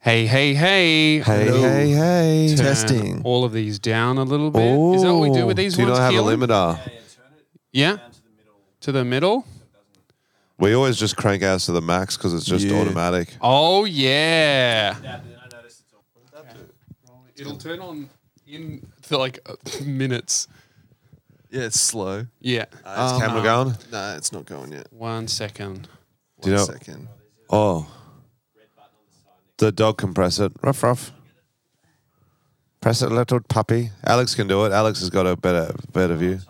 Hey, hey, hey. Hey, Hello. hey, hey. Turn Testing. All of these down a little bit. Is that what we do with these Do you ones? not have Keelan? a limiter? Yeah. To the middle. We always just crank ours to the max because it's just Yeah. automatic. Oh, yeah. It'll turn on in to like uh, minutes. Yeah, it's slow. Yeah. Is camera going? Nah, it's not going yet. One second. Do you know? Second. Oh. The dog can press it. Ruff, ruff. Press it, little puppy. Alex can do it. Alex has got a better better view.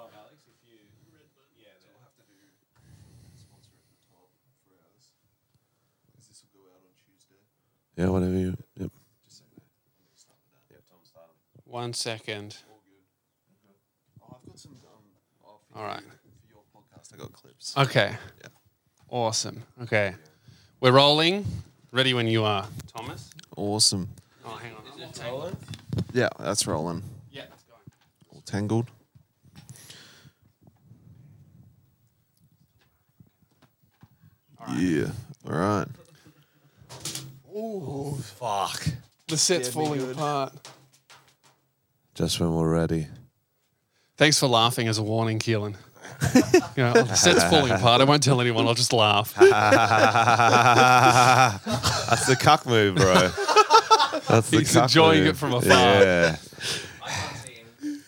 Yeah, whatever you. Yep. One second. Oh, um, All right. I got clips. Okay. Awesome. Okay. We're rolling. Ready when you are, Thomas. Awesome. Oh, hang on. Is it rolling? Yeah, that's rolling. Yeah, it's going. All tangled. Yeah. All right. Oh fuck. The set's falling apart. Just when we're ready. Thanks for laughing as a warning, Keelan. you know, the set's falling apart. I won't tell anyone. I'll just laugh. That's the cuck move, bro. That's the He's cuck enjoying move. it from afar. Yeah.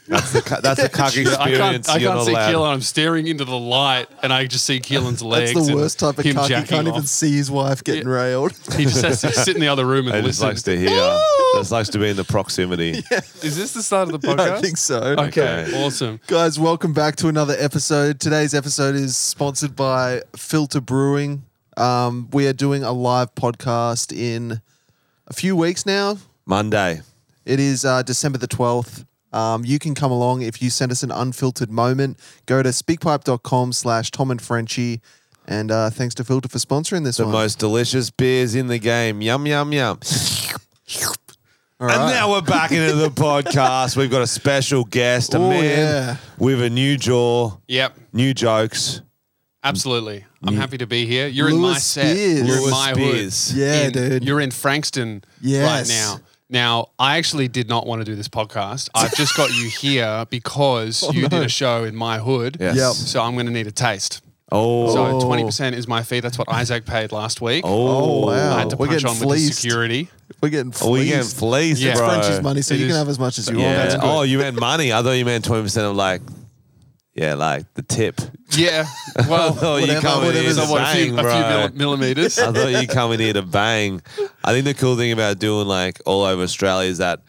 That's the cu- that's a cuck experience. I can't, I You're can't not see allowed. Keelan. I'm staring into the light and I just see Keelan's legs. That's the and worst type of him cuck. You jacking can't off. even see his wife getting railed. He just has to sit in the other room and He just listen. likes to hear. just likes to be in the proximity. Is this the start of the I podcast? don't think so. Okay. Okay. Awesome. Guys, welcome back to another episode. Today's episode is sponsored by Filter Brewing. Um, we are doing a live podcast in a few weeks now. Monday. It is uh, December the 12th. Um, you can come along if you send us an unfiltered moment. Go to speakpipe.com slash Tom and Frenchie. And uh, thanks to Filter for sponsoring this The one. most delicious beers in the game. Yum yum yum. All And right. now we're back into the podcast. We've got a special guest, a Ooh, man yeah. with a new jaw, Yep. new jokes. Absolutely. I'm happy to be here. You're in my Lewis set. Spears. You're in Lewis my Spears. hood. Yeah, In- dude. You're in Frankston Yes. right now. Now, I actually did not want to do this podcast. I've just got you here because you did a show in my hood. Yes. Yep. So I'm going to need a taste. Oh. So 20% is my fee. That's what Isaac paid last week. oh. Oh, wow. I had to We're punch getting on with the fleeced. security. We're getting Oh, we getting fleeced. fleeced, Yeah. It's bro. Frenchie's money, so It you is- can have as much as you Yeah. want. oh, you meant money. I thought you meant twenty percent of like, yeah, like the tip. Yeah. Well, Oh, you Whatever, come in whatever here is to so what, a few, bang, a few bro. milli- millimeters. I thought you come in here to bang. I think the cool thing about doing like all over Australia is that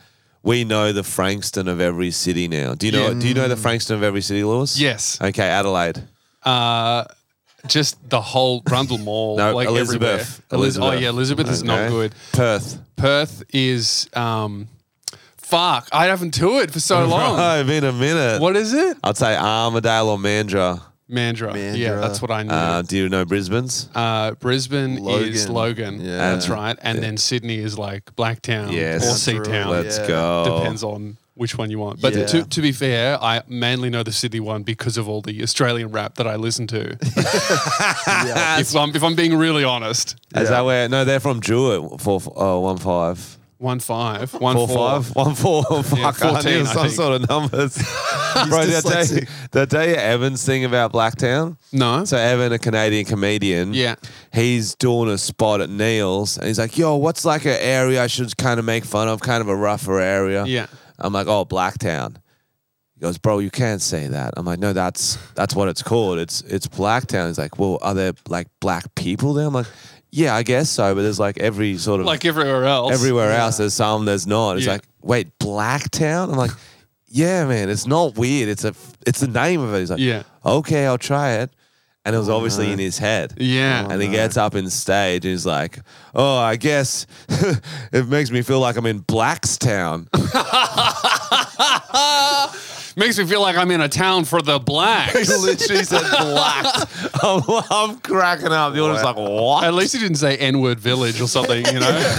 we know the Frankston of every city now. Do you know? Yeah. Do you know the Frankston of every city, Lewis? Yes. Okay, Adelaide. Uh, just the whole Brundle Mall. No, like Elizabeth. everywhere. Eliz- Elizabeth. Oh, yeah. Elizabeth is not Okay. good. Perth. Perth is. Um, fuck. I haven't toured for so long. Oh, been a minute. What is it? I'd say Armadale or Mandra. Mandra. Yeah, Mandurah. that's what I knew. Uh, Uh, do you know Brisbane's? Brisbane is Logan. Logan. Yeah. That's right. And then Sydney is like Blacktown Yes. or Seatown. Let's Yeah. go. Oh, Depends on which one you want. But Yeah. to, to be fair, I mainly know the Sydney one because of all the Australian rap that I listen to. yeah. if, I'm, if I'm being really honest. Is that where? No, they're from Druitt. Four, oh, one five. One five, one Four, four. five, one four. Yeah, Fuck, I 14, knew I some think. sort of numbers. Bro, did I, tell you, dyslexic. did I tell you Evan's thing about Blacktown? No. So Evan, a Canadian comedian, Yeah. he's doing a spot at Neil's, and he's like, "Yo, what's like an area I should kind of make fun of? Kind of a rougher area." Yeah. I'm like, "Oh, Blacktown." He goes, "Bro, you can't say that." I'm like, "No, that's that's what it's called. It's it's Blacktown." He's like, "Well, are there like black people there?" I'm like, "Yeah, I guess so, but there's like every sort of like everywhere else. everywhere else there's some there's not it's Yeah. like wait blacktown i'm like yeah man it's not weird it's a it's the name of it he's like Yeah. Oh, okay i'll try it and it was obviously in his head Yeah. Oh, and he gets up in stage and he's like, "Oh, I guess it makes me feel like I'm in Blackstown." Makes me feel like I'm in a town for the he blacks. literally said "blacked." I'm, I'm cracking up. The audience like, "What?" At least he didn't say N-word village or something, you know?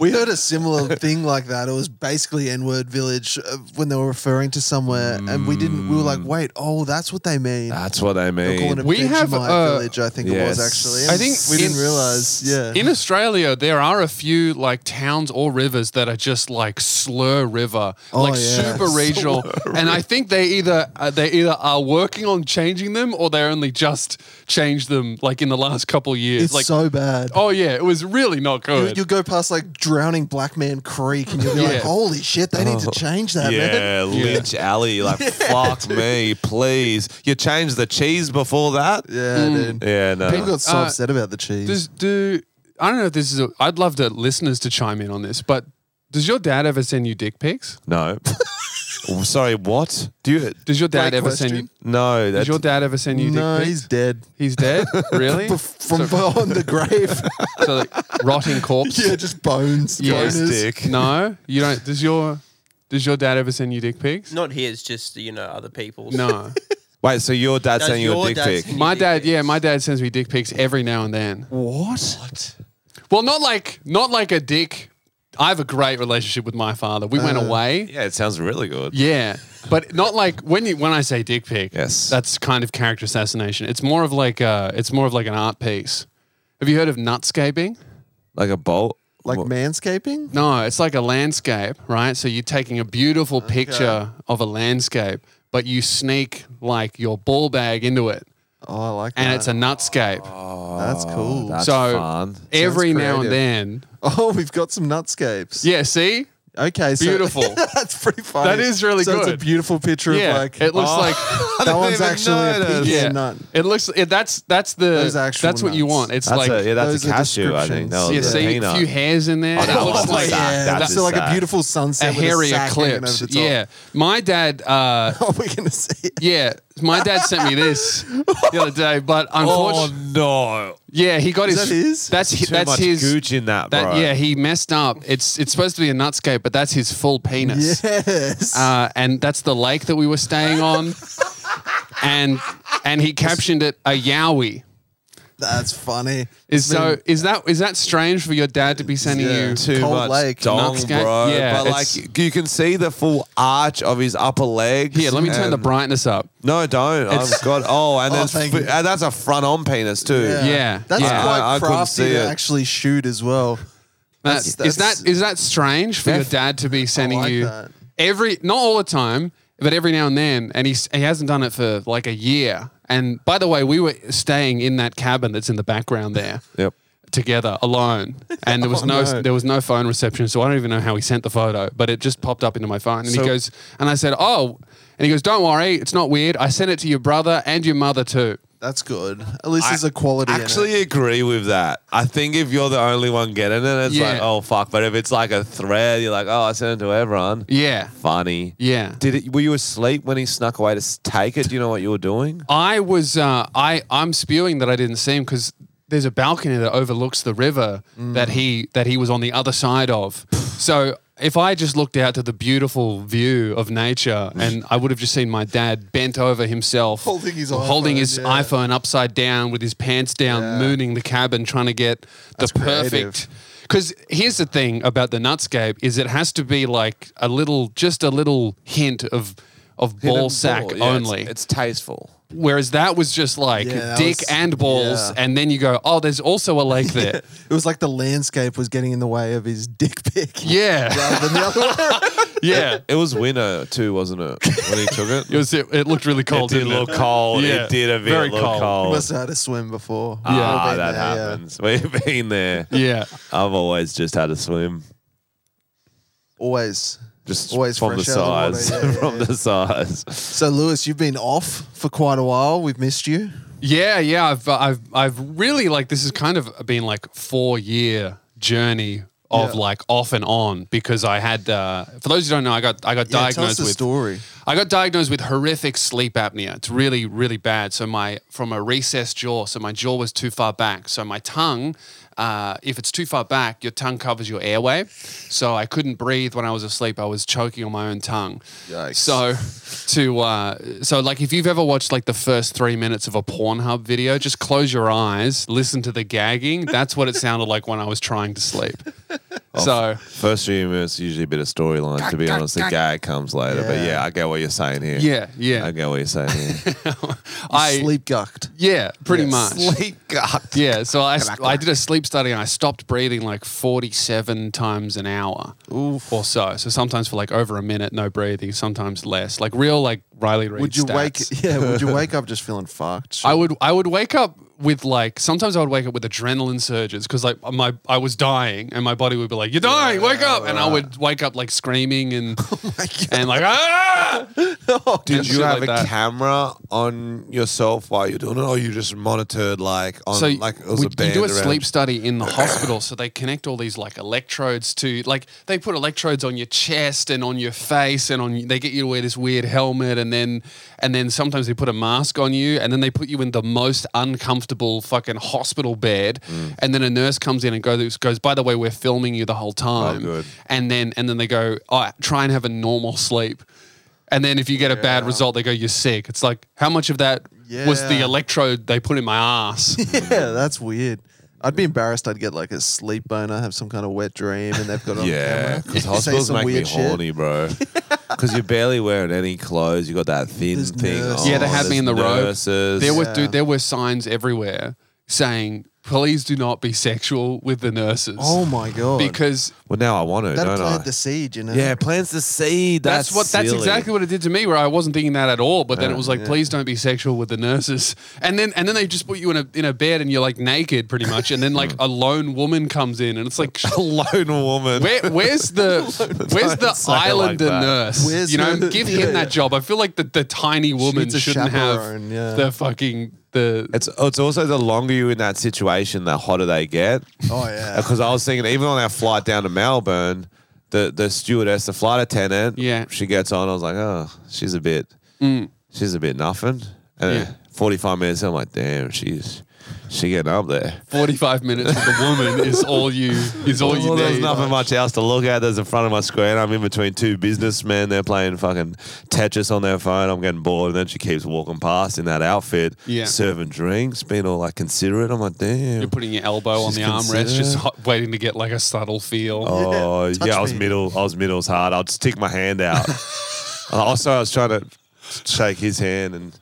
We heard a similar thing like that. It was basically N word village uh, when they were referring to somewhere, and we didn't. We were like, wait, oh, that's what they mean. That's what I They're calling mean. it Mm. We Vegemite have, uh, village. I think it was yes. actually. I And think we in- didn't realize. Yeah, In Australia, there are a few like towns or rivers that are just like slur river, like Oh, yeah. super regional. and I think they either uh, they either are working on changing them or they only just changed them like in the last couple years. it's like so bad. oh yeah, it was really not You, good. you go past like drowning Black Man Creek, and you'll be Yeah. Oh. like, "Holy shit, they need to change that, man." Yeah, Lynch Alley. Like, fuck me, please. You changed the cheese before that? Yeah, dude. Yeah, no. People got so Hmm. Uh, upset about the cheese. does do I don't know if this is. A, I'd love the listeners to chime in on this, but does your dad ever send you dick pics? No. Oh, Sorry, what? Do you? Does your dad Great ever send question. you? No, Does that's your dad ever send you no, dick pics? he's dead. He's dead. Really? Bef- From beyond the grave. so like, rotting corpse. yeah, just bones. Yeah. ghost boners. dick. No, you don't. Does your does your dad ever send you dick pics? Not his, just you know other people's. No, Wait, so your dad Does sent you a your dick dad pic? send you my dick dad. Yeah, pics? my dad sends me dick pics every now and then. What? Well, not like not like a dick. I have a great relationship with my father. We Uh. went away. Yeah, it sounds really good. Yeah, but not like when you when I say dick pic. Yes. that's kind of character assassination. It's more of like a, it's more of like an art piece. Have you heard of nutscaping? Like a bolt? Like What- manscaping? No, it's like a landscape, right? So you're taking a beautiful picture of a landscape, but you sneak like your ball bag into it. Oh, I like that. and it's a Oh, nutscape. Oh, That's cool. That's So- fun. Every Sounds now and creative. then. oh, we've got some nutscapes. Yeah, see? Okay. So Beautiful. that's pretty funny. That is really so good. It's a beautiful picture Yeah. of like oh, it looks like that didn't one's even actually a notice. peach yeah. and nut. It looks it, that's that's the Those that's actual what you nuts. want. It's That's like a, yeah, that's those a are cashew, I think. descriptions. No, you Yeah, it's a see a peanut. few hairs in there. Oh, that it looks one's like sad. That's yeah, That- so like sad. a beautiful a sunset. with hairy sack hanging eclipse. Over the top. Yeah. My dad uh Are we gonna see it? yeah, my dad sent me this the other day, but unfortunately Oh, no. yeah, he got Oh. Is his that that's his? hi- Too that's much his gooch in that, that bro. yeah, he messed up. It's it's supposed to be a nutscape, but that's his full penis. Yes. uh, and that's the lake that we were staying on. and and he captioned it a yowie. that's funny. Is I mean, so is that is that strange for your dad to be sending Yeah. you? Too Cold much leg. dong, Nutscape? bro. Yeah, but it's- like you can see the full arch of his upper legs. Here, let me turn the and- brightness up. No, don't. I've got oh, and Oh, then thank fi- you. and that's a front on penis too. yeah, That's yeah. quite I- I couldn't crafty see to it. actually shoot as well. That, That's- is that's- that is that strange for your Def- dad to be sending like you that. every not all the time, but every now and then, and he s- he hasn't done it for like a year. And by the way, we were staying in that cabin that's in the background there. Yep. together alone, and there was no, there was no phone reception, so I don't even know how he sent the photo, but it just popped up into my phone, and So- he goes, and I said, oh, and he goes, don't worry, it's not weird. I sent it to your brother and your mother too. That's good. At least there's a quality. in it. Actually, agree with that. I think if you're the only one getting it, it's Yeah. like oh fuck. But if it's like a thread, you're like oh, I sent it to everyone. Yeah, Funny. yeah. Did it? Were you asleep when he snuck away to s- take it? Do you know what you were doing? I was, uh, I I'm spewing that I didn't see him because there's a balcony that overlooks the river that he that he was on the other side of, so. If I just looked out to the beautiful view of nature, and I would have just seen my dad bent over himself, Holding his holding iPhone, his yeah. iPhone. iPhone upside down with his pants down, Yeah. mooning the cabin, trying to get the That's creative. perfect. Because here's the thing about the nutscape is it has to be like a little, just a little hint of of Hidden ball sack ball. Yeah, it's- only. It's, tasteful. Whereas that was just like Yeah, that dick was- and balls, yeah. and then you go, oh, there's also a lake there. it was like the landscape was getting in the way of his dick pic. yeah, Rather than the other way around. yeah. It was winter too, wasn't it? When he took it, It was. It, it looked really cold. did didn't look cold. Yeah. It did a bit Very look cold. cold. He must have had a swim before. Oh. Ah, We've all that been there, yeah. happens. We've been there. Yeah. I've always just had a swim. Always. Just Always from the fresh out of the size. water, yeah, from the size. So, Lewis, you've been off for quite a while. We've missed you. Yeah, yeah. I've I've I've really like this has kind of been like four year journey of Yeah. like off and on because I had uh, for those who don't know, I got I got Yeah, diagnosed tell us the with story. I got diagnosed with horrific sleep apnea. It's really, really bad. So my from a recessed jaw, so my jaw was too far back. So my tongue, uh, if it's too far back, your tongue covers your airway. So I couldn't breathe when I was asleep. I was choking on my own tongue. Yikes. So to uh, so like if you've ever watched like the first three minutes of a Pornhub video, just close your eyes, listen to the gagging. That's what it sounded like when I was trying to sleep. Oh, So First few minutes usually a bit of storyline. To be honest, the gag comes later. But Yeah. yeah, I get what you're saying here. yeah, yeah, I get what you're saying here. I Sleep gucked. yeah, pretty much. Sleep gut. Yeah, so I, I did a sleep study and I stopped breathing like 47 times an hour or so. So sometimes for like over a minute, no breathing, sometimes less. Like real like Riley Reid Would you stats. wake? Yeah. Would you wake up just feeling fucked? I would I would wake up with like sometimes I would wake up with adrenaline surges because like my I was dying and my body would be like you're dying wake up and I would wake up like screaming and Oh and like ah Did And you shit have like a that. camera on yourself while you're doing it, or you just monitored like on so like it was we- a band you do a around? sleep study in the hospital so they connect all these like electrodes to like they put electrodes on your chest and on your face and on they get you to wear this weird helmet and then and then sometimes they put a mask on you and then they put you in the most uncomfortable fucking hospital bed Mm. and then a nurse comes in and goes goes by the way we're filming you the whole time Oh, good. and then and then they go oh, try and have a normal sleep and then if you get a bad result they go you're sick it's like how much of that was the Yeah. electrode they put in my ass Yeah, that's weird. I'd be embarrassed. I'd get like a sleep boner, have some kind of wet dream, and they've got it on Yeah, camera. because Say hospitals some make me weird shit. horny, bro. Because you're barely wearing any clothes. You got that thin There's thing. nurses. On. Yeah, they had me in the robe. nurses. There were Yeah. dude, there were signs everywhere saying, "Please do not be sexual with the nurses." Oh my god! because well, now I want to, that don't I? planted the seed, you know. yeah, plants the seed. that's, That's, what that's silly. exactly what it did to me. Where I wasn't thinking that at all, but then it was like, "Please don't be sexual with the nurses." And then and then they just put you in a in a bed and you're like naked pretty much, and then like a lone woman comes in and it's like. a lone woman. Where, where's the where's the Don't say it like islander that. nurse? Where's you know, the- give yeah, him yeah. that job. I feel like the, the tiny woman needs a shouldn't have chaperone, yeah. the fucking the It's it's also the longer you're in that situation, the hotter they get. Oh yeah. Because I was thinking, even on our flight down to Melbourne, the the stewardess, the flight attendant, Yeah. Mm. she gets on. I was like, oh, she's a bit, she's a bit nothing. And Yeah. 45 minutes, in, I'm like, damn, she's she getting up there. 45 minutes with a woman is all you is all you Well, there's need. nothing much else to look at. There's in front of my screen. I'm in between two businessmen. They're playing fucking Tetris on their phone. I'm getting bored. And then she keeps walking past in that outfit, Yeah. serving drinks, being all like considerate. I'm like, damn. You're putting your elbow on She's the armrest, just considerate. ho- waiting to get like a subtle feel. Oh yeah, touch I was me. middle. I was middle's hard. I'd stick my hand out. And also, I was trying to shake his hand, and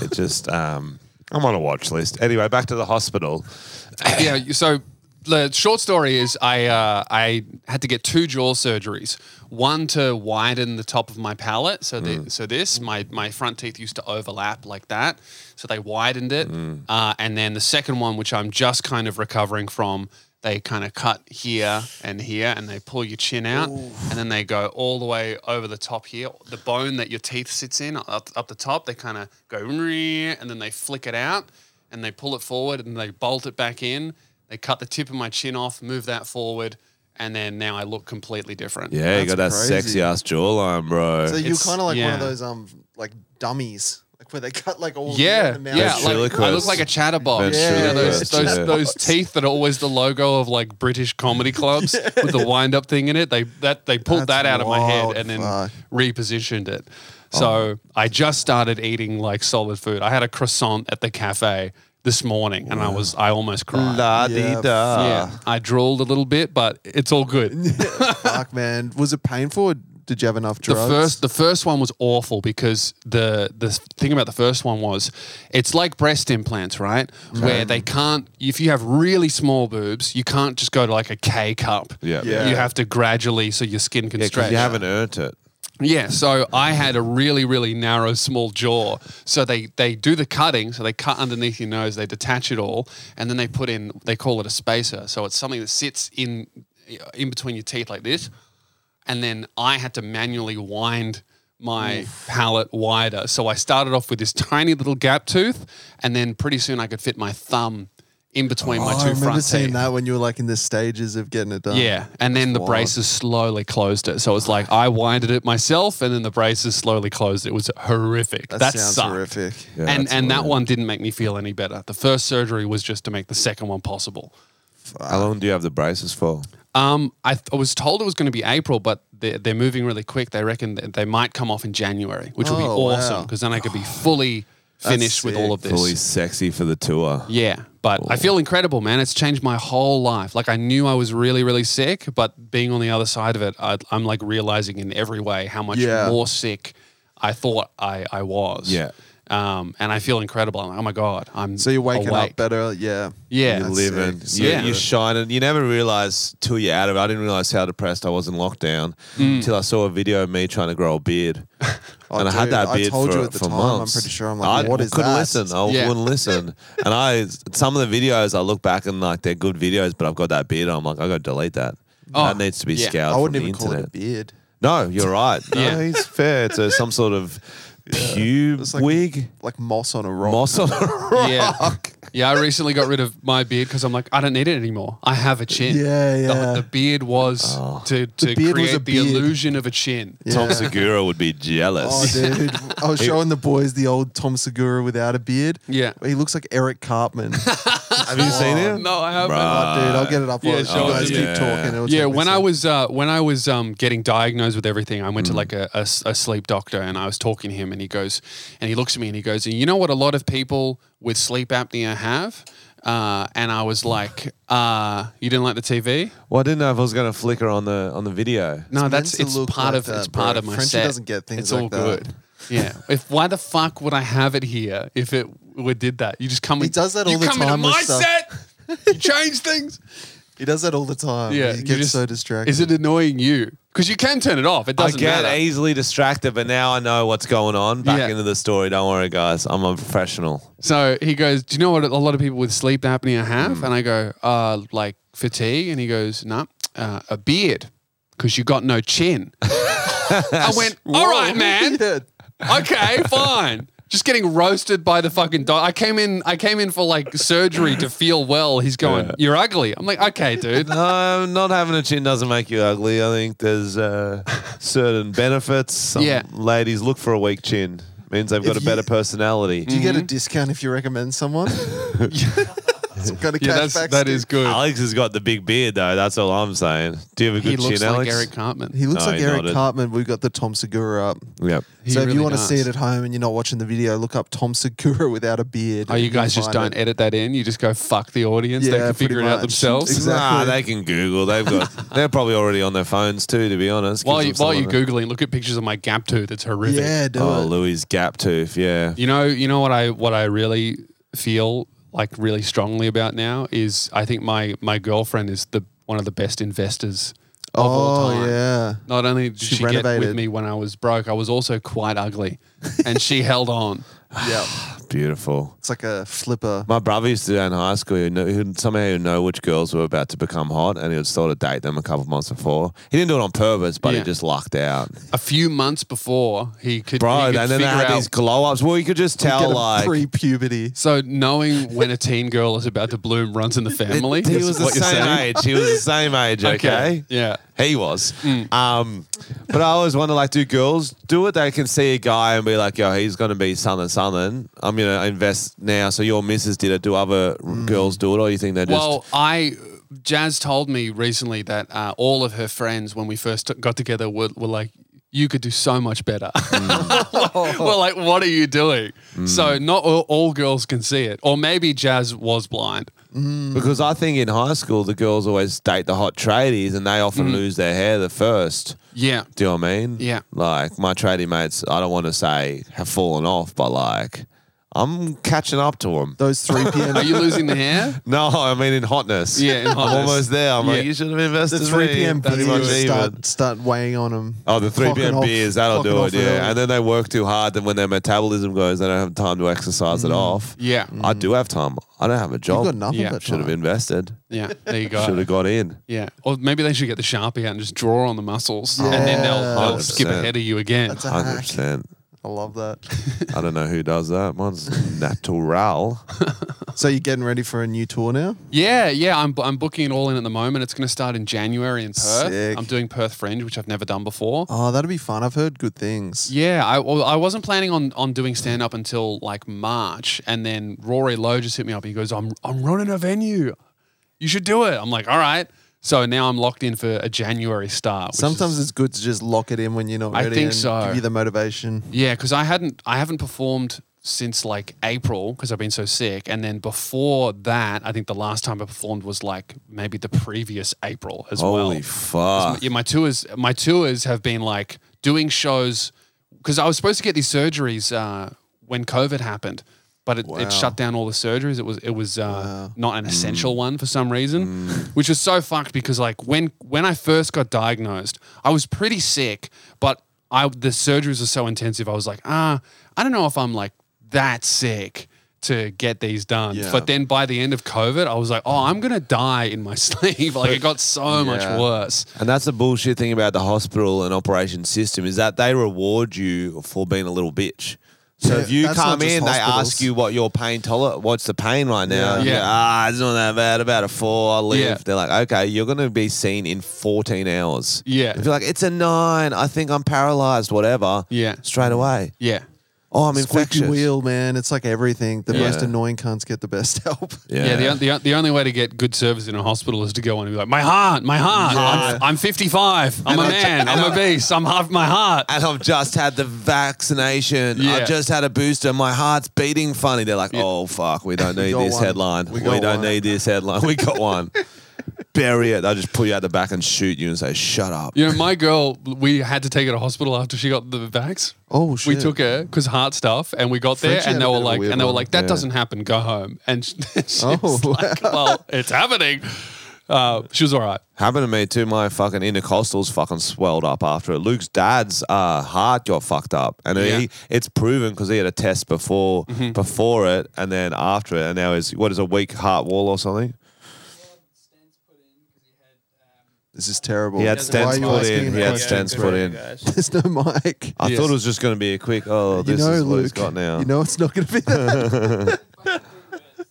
it just. Um, I'm on a watch list. Anyway, back to the hospital. yeah. So the short story is I uh, I had to get two jaw surgeries. One to widen the top of my palate, so the, so this my my front teeth used to overlap like that, so they widened it. Uh, and then the second one, which I'm just kind of recovering from. They kind of cut here and here, and they pull your chin out, and then they go all the way over the top here. The bone that your teeth sits in up, up the top, they kind of go, and then they flick it out, and they pull it forward and they bolt it back in. They cut the tip of my chin off, move that forward, and then now I look completely different. Yeah, you That's got that crazy. sexy ass jawline, bro. So you're It's- kind of like one yeah. of those um like dummies, like where they cut like all the, Yeah, the mouth. yeah. Like, Ventriloquist. I look like a chatterbox. you know, those, Ventriloquist, those, yeah. those teeth that are always the logo of like British comedy clubs with the wind up thing in it. They that they pulled That's that out of my head wild, and then fuck. repositioned it. Oh. So I just started eating like solid food. I had a croissant at the cafe this morning, and I was I almost cried. La Yeah, dee da. Yeah, I drooled a little bit, but it's all good. Fuck, man. Was it painful? Or did you have enough drugs? The first, the first one was awful because the the thing about the first one was, it's like breast implants, right? Where they can't, if you have really small boobs, you can't just go to like a K cup. Yeah. Yeah. You have to gradually, so your skin can Yeah, 'cause stretch. you haven't earned it. Yeah, so I had a really, really narrow, small jaw. So they they do the cutting, so they cut underneath your nose, they detach it all, and then they put in they call it a spacer. So it's something that sits in in between your teeth like this, and then I had to manually wind my palate wider. So I started off with this tiny little gap tooth, and then pretty soon I could fit my thumb in between my Oh, two I remember front seeing teeth. that when you were like in the stages of getting it done. Yeah, and then the braces slowly closed it. So it was like I winded it myself, and then the braces slowly closed it. It was horrific. that, That, sounds sucked. horrific. Yeah, and that's and that horrible. one didn't make me feel any better. The first surgery was just to make the second one possible. How long do you have the braces for? Um, I, th- I was told it was going to be April, but they're, they're moving really quick. They reckon that they might come off in January, which would be Oh, wow. awesome because then I could be fully finish with all sick. of this. Fully sexy for the tour. Yeah, but I feel incredible, man. It's changed my whole life. Like I knew I was really, really sick, but being on the other side of it, I, I'm like realizing in every way how much Yeah. more sick I thought I, I was. Yeah. Um, and I feel incredible. I'm like, oh my god, I'm So you're waking awake. up better. Yeah. Yeah. You're That's living. sick. You- Yeah. You're shining. You never realize till you're out of it. I didn't realize how depressed I was in lockdown Mm. until I saw a video of me trying to grow a beard. Oh, and I had dude, that I beard told for, you at the for time, I'm months. pretty sure I'm like, I what is couldn't that? listen. I Yeah. wouldn't listen. And I, some of the videos I look back and like they're good videos, but I've got that beard. on. I'm like, I got to delete that. Oh, that needs to be yeah. scoured I wouldn't from even the call internet. it a beard. No, you're right. No, Yeah. he's fair. It's a, some sort of pube It's like- wig, Like moss on a rock. moss on a rock. Yeah. Yeah, I recently got rid of my beard because I'm like, I don't need it anymore. I have a chin. Yeah, yeah. The, the beard was to, to beard was create a the beard. illusion of a chin. Yeah. Tom Segura would be Oh, jealous. dude. I was showing the boys the old Tom Segura without a beard. Yeah. He looks like Eric Cartman. Have you seen him? No, I haven't. Bruh. Oh, dude, I'll get it up. Yeah, Yeah, you show guys us. keep Yeah. talking. It'll yeah take me when a i sec. was uh, when i was um, getting diagnosed with everything i Mm. went to like a, a s- a sleep doctor and i was talking to him and he goes and he looks at me and he goes you know what a lot of people with sleep apnea have uh, and i was like uh, you didn't like the tv Well, I didn't know if I was going to flicker on the on the video. no meant that's to it's look part like of it's that, part bro. of my Frenchie set doesn't get things it's like all that. good yeah if why the fuck would i have it here if it would did that you just come He in- does that you all the come time into with my stuff. set you change things He does that all the time. yeah He you gets just- so distracted. is it annoying you because you can turn it off it I doesn't get matter easily distracted, but now I know what's going on. Back Yeah. into the story. Don't worry, guys. I'm a professional. So he goes, "Do you know what a lot of people with sleep apnea have?" And I go, "Uh, like fatigue." And he goes, "No, uh, a beard, because you got no chin." I went, "All right, man. Yeah. Okay, fine." Just getting roasted by the fucking dog. I came in. I came in for like surgery to feel well. He's going, "You're ugly." I'm like, "Okay, dude." No, Um, not having a chin doesn't make you ugly. I think there's uh, certain benefits. Some Yeah. ladies look for a weak chin. Means they've got If a better you- personality. Mm, Do you get a Mm-hmm. discount if you recommend someone? Some kind of Yeah, that's cashback. that scheme. is good. Alex has got the big beard though. That's all I'm saying. Do you have a good He looks chin, like Alex? Eric Cartman. He looks No, like he Eric nodded. Cartman. We've got the Tom Segura up. Yep. He so if really you want to see does. it at home and you're not watching the video, look up Tom Segura without a beard. oh, and you can guys just find don't it. edit that in. You just go fuck the audience. they Yeah, can pretty figure it out much. themselves. Exactly. Nah, they can Google. They've got. they're probably already on their phones too. To be honest. While you Gives them while you're something- googling, look at pictures of my gap tooth. It's horrific. Yeah, do Oh, it. Louis gap tooth. Yeah. You know, you know what I what I really feel like really strongly about now is I think my my girlfriend is the one of the best investors of all Oh, time. yeah. Not only did she, She get with renovated. me when I was broke, I was also quite ugly, and she held on. Yeah. Beautiful. It's like a flipper. My brother used to do that in high school. He knew, he'd somehow he'd know which girls were about to become hot, and he would sort of date them a couple of months before. He didn't do it on purpose, but Yeah. he just lucked out, A few months before he could, he bro. could And then they figure had out- these glow ups. Well, you could just Get tell, a like, pre-puberty. So knowing when a teen girl is about to bloom runs in the family. he is was the what you're same saying? age. He was the same age. okay. Yeah. He was. Mm. Um, but I always wonder, like, do girls do it? They can see a guy and be like, yo, he's going to be something, something. I'm going to invest now. So your missus did it. Do other girls do it? Or you think they just... Mm. Well, I Jazz told me recently that uh, all of her friends, when we first got together, were, were like, "You could do so much better." we're like, "What are you doing?" Mm. So not all, all girls can see it, or maybe Jazz was blind. because I think in high school, the girls always date the hot tradies and they often lose their hair the first. Yeah, Do you know what I mean? Yeah. Like, my tradie mates, I don't want to say have fallen off, but like, I'm catching up to them. Those 3 p.m. are you losing the hair? No, I mean in hotness. Yeah, in hotness. I'm almost there. I'm Yeah. like, you should have invested. the 3 me. p.m. Pretty much beers even. start, start weighing on them. Oh, the three p.m. beers that'll do it. Yeah, and then then they work too hard, and when their metabolism goes, they don't have time to exercise it off. Yeah, I do have time. I don't have a Mm. You've job. got nothing Yeah. but Should have time. invested. yeah. There you Should go. have got in. Yeah, or maybe they should get the sharpie out and just draw on the muscles, and then they'll, Yeah. they'll skip 100%. ahead of you again. That's a Hundred hack. percent. I love that. I don't know who does that. Mine's natural. So you're getting ready for a new tour now? Yeah, yeah, I'm, I'm booking it all in at the moment. It's going to start in January in Perth. Sick. I'm doing Perth Fringe, which I've never done before. Oh, that'll be fun. I've heard good things. Yeah, I, well, I wasn't planning on, on doing stand up until like March, and then Rory Lowe just hit me up. He goes, "I'm I'm running a venue, you should do it." I'm like, "All right." So now I'm locked in for a January start. which Sometimes is- it's good to just lock it in when you're not I ready. think and so. Give you the motivation. yeah, because I hadn't I haven't performed since like April because I've been so sick. And then before that, I think the last time I performed was like maybe the previous April as well. Holy 'Cause fuck. my- Yeah, my tours, my tours have been like doing shows because I was supposed to get these surgeries uh, when COVID happened, but it, it shut down all the surgeries. It was it was uh, not an essential Mm. one for some reason, which was so fucked because like when when I first got diagnosed, I was pretty sick, but I the surgeries were so intensive. I was like, ah, I don't know if I'm like that sick. To get these done, Yeah. but then by the end of COVID, I was like, "Oh, I'm gonna die in my sleep." like it got so Yeah. much worse. And that's the bullshit thing about the hospital and operation system is that they reward you for being a little bitch. So Yeah, if you that's not come just in, they hospitals. ask you what your pain tolerance, what's the pain right now? Yeah. And you go, Yeah. Ah, it's not that bad. About a four, I live. Yeah. They're like, okay, you're going to be seen in 14 hours. Yeah. If you're like, it's a nine, I think I'm paralyzed, whatever. Yeah. Straight away. Yeah. Oh, I'm Squeaky infectious. wheel, man. It's like everything. The Yeah. most annoying cunts get the best help. Yeah. the, on- the, on- the only way to get good service in a hospital is to go on and be like, my heart, my heart. I'm, I'm 55. I'm a man. I'm obese. I'm half my heart. and I've just had the vaccination. Yeah. I've just had a booster. My heart's beating funny. They're like, oh fuck, we don't need got this one. headline. We We, got don't one." need this headline. We got one. Bury it. They'll just pull you out the back and shoot you and say, shut up. You know, my girl, we had to take her to hospital after she got the vax. Oh, We shit. took her because heart stuff, and we got there, Frenchie and had they a bit were of a like, weird and they were one. like, that Yeah. doesn't happen. Go home. And she, she's Oh, like, well, it's happening. Uh, she was all right. Happened to me too. My fucking intercostals fucking swelled up after it. Luke's dad's uh, heart got fucked up, and Yeah. he, it's proven because he had a test before Mm-hmm. before it, and then after it, and now is what is a weak heart wall or something. This is terrible. He had doesn't stents have put Why are you asking in. the He had question? stents put in. There's no mic. I Yes. thought it was just going to be a quick. Oh, you this know, is what he's Luke. got now. You know, it's not going to be that.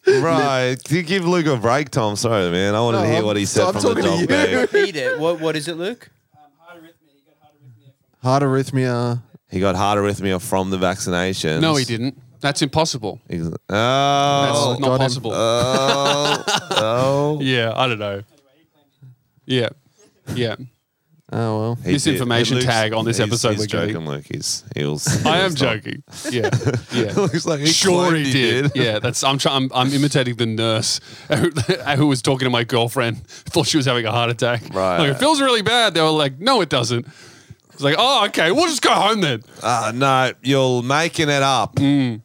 right? You give Luke a break, Tom. Sorry, man. I wanted No, to hear I'm- what he said I'm from the talking to you. dog bag. Repeat it. What, what is it, Luke? Heart arrhythmia. He got heart arrhythmia from the vaccinations. No, he didn't. That's impossible. He's- oh, That's oh, not got possible. him. Uh. oh. yeah, I don't know. Yeah. Yeah. Oh well. He This did. information Luke's- tag on this he's- episode He's we're joking, getting. Luke. He's he was. I am he's not- joking. Yeah, yeah. Looks like he sure claimed he did. Yeah, that's. I'm trying. I'm, I'm imitating the nurse who, who was talking to my girlfriend. Thought she was having a heart attack. Right. Like it feels really bad. They were like, no, it doesn't. It's like, oh, okay. We'll just go home then. Ah, no, you're making it up. Mm,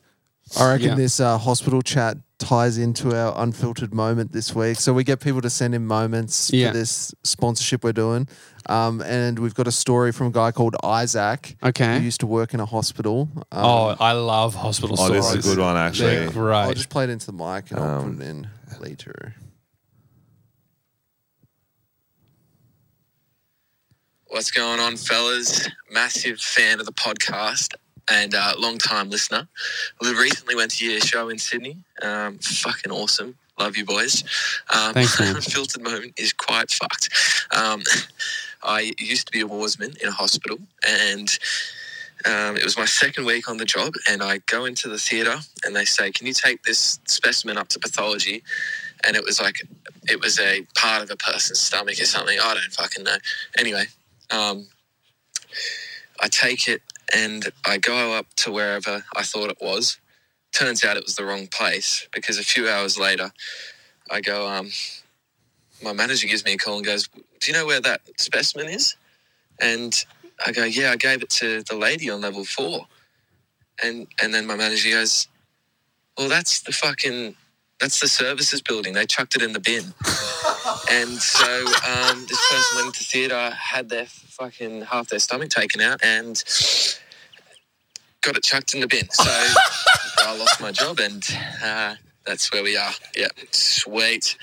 I reckon Yeah. this uh, hospital chat ties into our unfiltered moment this week. So we get people to send in moments Yeah. for this sponsorship we're doing. Um, and we've got a story from a guy called Isaac. Okay. Who used to work in a hospital. Um, Oh, I love hospital Oh, stories. this is a good one They're actually. I'll great. just play it into the mic and I'll Um, put it in later. What's going on, fellas? Massive fan of the podcast and uh, long time listener. We recently went to your show in Sydney. Um, fucking awesome. Love you, boys. Um, Thanks, man. Unfiltered moment is quite fucked. Um, I used to be a warsman in a hospital, and um, it was my second week on the job. And I go into the theatre, and they say, "Can you take this specimen up to pathology?" And it was like, it was a part of a person's stomach or something. I don't fucking know. Anyway, um, I take it and I go up to wherever I thought it was. Turns out it was the wrong place because a few hours later, I go, um, my manager gives me a call and goes, Do you know where that specimen is? And I go, Yeah, I gave it to the lady on level four. And, and then my manager goes, Well, that's the fucking, that's the services building. They chucked it in the bin. And so um, this person went into theatre, had their fucking half their stomach taken out, and got it chucked in the bin. So I lost my job, and uh, that's where we are. Yeah, sweet.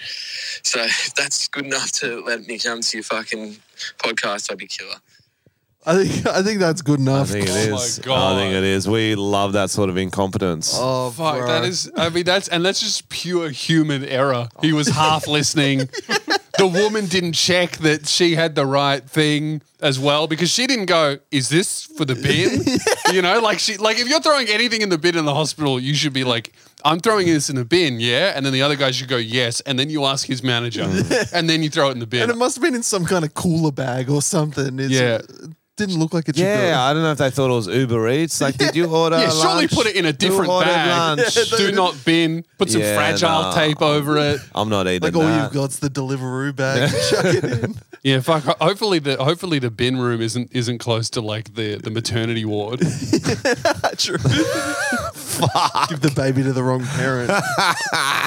So if that's good enough to let me come to your fucking podcast, I'd be killer. I think I think that's good I enough. think it Oh my is. God. I think it is. We love that sort of incompetence. Oh, Fuck, bro. that is. I mean, that's and that's just pure human error. He was half listening. The woman didn't check that she had the right thing as well because she didn't go. Is this for the bin? You know, like she like if you're throwing anything in the bin in the hospital, you should be like, I'm throwing this in the bin, yeah. And then the other guy should go yes, and then you ask his manager, and then you throw it in the bin. And it must have been in some kind of cooler bag or something. It's, Yeah. didn't look like it should Yeah, go. I don't know if they thought it was Uber Eats. Like, did you order? yeah, surely lunch? put it in a Who different ordered bag. lunch? Do not bin. Put some Yeah, fragile nah. tape over it. I'm not eating Like all that. you've got's the Deliveroo bag. Chuck it in. Yeah, fuck. ho- Hopefully the hopefully the bin room isn't isn't close to like the the maternity ward. True. Give the baby to the wrong parent